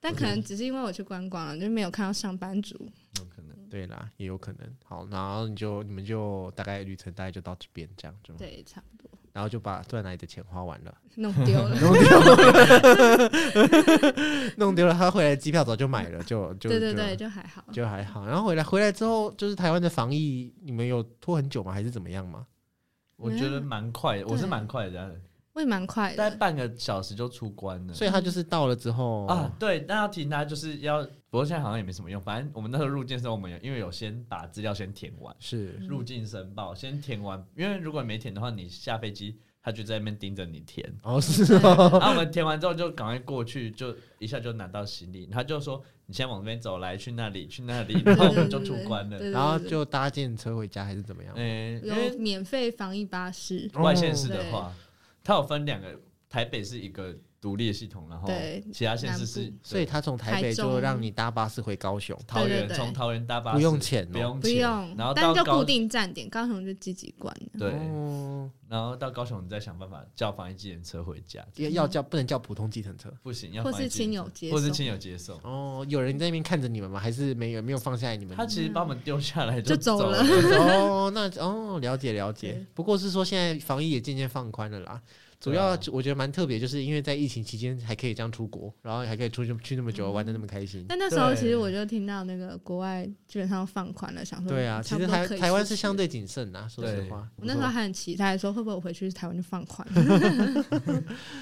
Speaker 2: 但可能只是因为我去观光了，就没有看到上班族。
Speaker 3: 有可能
Speaker 1: 对啦，也有可能。好，然后你就你们就大概旅程大概就到这边这样，就
Speaker 2: 对，差不多
Speaker 1: 然后就把断奶的钱花完了，
Speaker 2: 弄丢 *laughs* 了。
Speaker 1: 弄丢了，弄丢了。他回来的机票早就买了，就就
Speaker 2: *laughs* 对对
Speaker 1: 就
Speaker 2: 对，就还好。
Speaker 1: 就还好。然后回来回来之后，就是台湾的防疫，你们有拖很久吗？还是怎么样吗？
Speaker 3: 我觉得蛮快的，我是
Speaker 2: 对
Speaker 3: 蛮快的，
Speaker 2: 我也蛮快
Speaker 3: 大
Speaker 2: *laughs*
Speaker 3: 概
Speaker 2: 的，
Speaker 3: 半个小时就出关了。
Speaker 1: 所以他就是到了之后
Speaker 3: 啊，，对，那要提他就是要，不过现在好像也没什么用。反正我们那时候入境的时候，我们有因为有先把资料先填完，
Speaker 1: 是
Speaker 2: 嗯
Speaker 3: 入境申报先填完，因为如果没填的话，你下飞机他就在那边盯着你填。
Speaker 1: *laughs* 哦是哦，
Speaker 3: 然后我们填完之后就赶快过去，就一下就拿到行李，他就说你先往这边走来，去那里，去那
Speaker 2: *laughs*
Speaker 3: 里，然后我们就出关了。
Speaker 2: 对对对对
Speaker 1: 然后就搭电车回家还是怎么样？
Speaker 3: 嗯，因
Speaker 2: 有
Speaker 3: 为
Speaker 2: 免费防疫巴士，
Speaker 1: 哦
Speaker 3: 外县市的
Speaker 2: 对
Speaker 3: 话，它有分两个，台北是一个独立的系统，然
Speaker 1: 哦
Speaker 3: 后
Speaker 2: 对
Speaker 3: 其他县市是
Speaker 2: 南，
Speaker 1: 所以他从台北
Speaker 2: 台中
Speaker 1: 就让你搭巴士回高雄，
Speaker 3: 桃
Speaker 2: 对对
Speaker 3: 园
Speaker 2: 对
Speaker 3: 从桃园搭巴士
Speaker 1: 不用钱哦
Speaker 3: 不用
Speaker 2: 不
Speaker 3: 钱，
Speaker 2: 用
Speaker 3: 然后，到
Speaker 2: 但就
Speaker 3: 高
Speaker 2: 固定站点，高雄就积极关了。
Speaker 3: 对，
Speaker 2: 嗯
Speaker 1: 哦
Speaker 3: 然后到高雄你再想办法叫防疫机人车回家，
Speaker 1: 要要叫不能叫普通计程车
Speaker 3: 不行要
Speaker 2: 或
Speaker 3: 防疫
Speaker 2: 是
Speaker 3: 计程
Speaker 2: 亲
Speaker 3: 车
Speaker 2: 友接
Speaker 3: 或是
Speaker 2: 送
Speaker 3: 亲友接送。
Speaker 1: 哦。有人在那边看着你们吗？还是没有没有放下来你们？
Speaker 3: 他其实把我们丢下来
Speaker 2: 就
Speaker 3: 走
Speaker 2: 走了 *laughs*
Speaker 1: 哦，那哦，了解了解
Speaker 2: 对。
Speaker 1: 不过是说现在防疫也渐渐放宽了啦。主
Speaker 3: 对啊
Speaker 1: 要我觉得蛮特别，就是因为在疫情期间还可以这样出国，然后还可以出去去那么久，玩的那么开心。
Speaker 2: 但那时候
Speaker 3: 对
Speaker 2: 其实我就听到那个国外基本上放宽了，想说
Speaker 1: 对啊，
Speaker 2: 嗯差
Speaker 1: 其
Speaker 2: 不
Speaker 1: 实
Speaker 2: 多
Speaker 1: 台
Speaker 2: 可以
Speaker 1: 台湾
Speaker 2: 出
Speaker 1: 是
Speaker 2: 去
Speaker 1: 相
Speaker 2: 了
Speaker 1: 对谨慎呐，说实
Speaker 3: 对
Speaker 1: 话。
Speaker 2: 我那时候还很期待说会不会我回去台湾就放
Speaker 1: *laughs*
Speaker 2: 宽，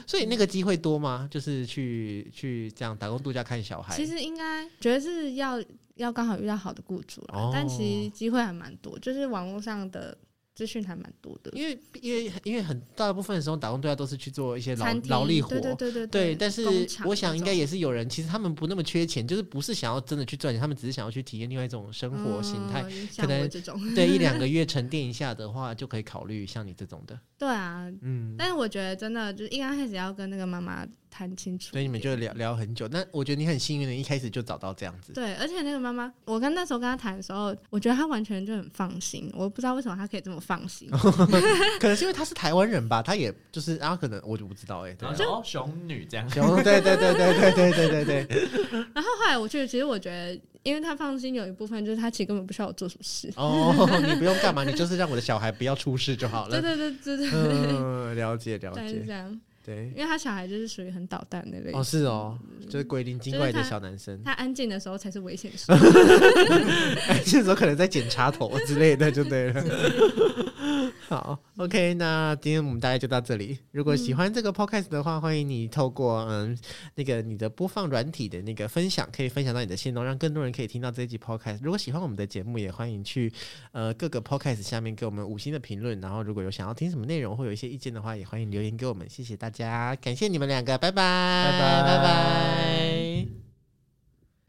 Speaker 1: 所以那个机会多吗？就是去去这样打工度假看小孩。
Speaker 2: *laughs* 其实应该觉得是要要刚好遇到好的雇主啦，
Speaker 1: 哦
Speaker 2: 但其实机会还蛮多，就是网络上的资讯还蛮多的，
Speaker 1: 因为因为因为很大部分的时候打工度假都是去做一些劳
Speaker 2: 餐厅
Speaker 1: 劳力活，
Speaker 2: 对对对对
Speaker 1: 对，但是
Speaker 2: 工厂
Speaker 1: 我想应该
Speaker 2: 那种
Speaker 1: 也是有人，其实他们不那么缺钱，就是不是想要真的去赚钱，他们只是想要去体验另外一种生活形态。
Speaker 2: *laughs* 嗯、
Speaker 1: 可能
Speaker 2: 像我这种， *laughs*
Speaker 1: 对，一两个月沉淀一下的话，就可以考虑像你这种的。
Speaker 2: 对啊。
Speaker 1: 嗯，
Speaker 2: 但是我觉得真的就是一刚开始要跟那个妈妈谈清楚一点，
Speaker 1: 所以你们就聊聊很久。那我觉得你很幸运的，一开始就找到这样子。
Speaker 2: 对，而且那个妈妈，我跟那时候跟她谈的时候，我觉得她完全就很放心，我不知道为什么她可以这么放
Speaker 1: *laughs*
Speaker 2: 心，
Speaker 1: 可能是因为他是台湾人吧，他也就是啊，可能我就不知道哎、对
Speaker 3: 然
Speaker 1: 啊
Speaker 3: 后。就哦熊女这样，
Speaker 1: 然后对对对对对对对对对。
Speaker 2: 然后后来我去，其实我觉得，因为他放心有一部分就是他其实根本不需要我做什么事。
Speaker 1: 哦，你不用干嘛，你就是让我的小孩不要出事就好
Speaker 2: 对
Speaker 1: 了。
Speaker 2: 对对对对，
Speaker 1: 嗯，了解
Speaker 2: *laughs*
Speaker 1: 了
Speaker 2: 大概是
Speaker 1: 解
Speaker 2: 这，样。
Speaker 1: 对
Speaker 2: 因。为他小孩就是属于很捣蛋的类型，
Speaker 1: 哦，是哦，就是鬼灵精怪的小男生，
Speaker 2: 他安静的时候才是危险时刻。
Speaker 1: *laughs* 这时候可能在检查头之类的，就对了。好，OK，那今天我们大概就到这里。如果喜欢这个 podcast 的话，欢迎你透过嗯那个你的播放软体的那个分享，可以分享到你的线动，让更多人可以听到这一集 podcast。如果喜欢我们的节目，也欢迎去呃各个 podcast 下面给我们五星的评论。然后如果有想要听什么内容或有一些意见的话，也欢迎留言给我们。谢谢大家，感谢你们两个，拜拜，
Speaker 3: 拜拜
Speaker 1: 拜拜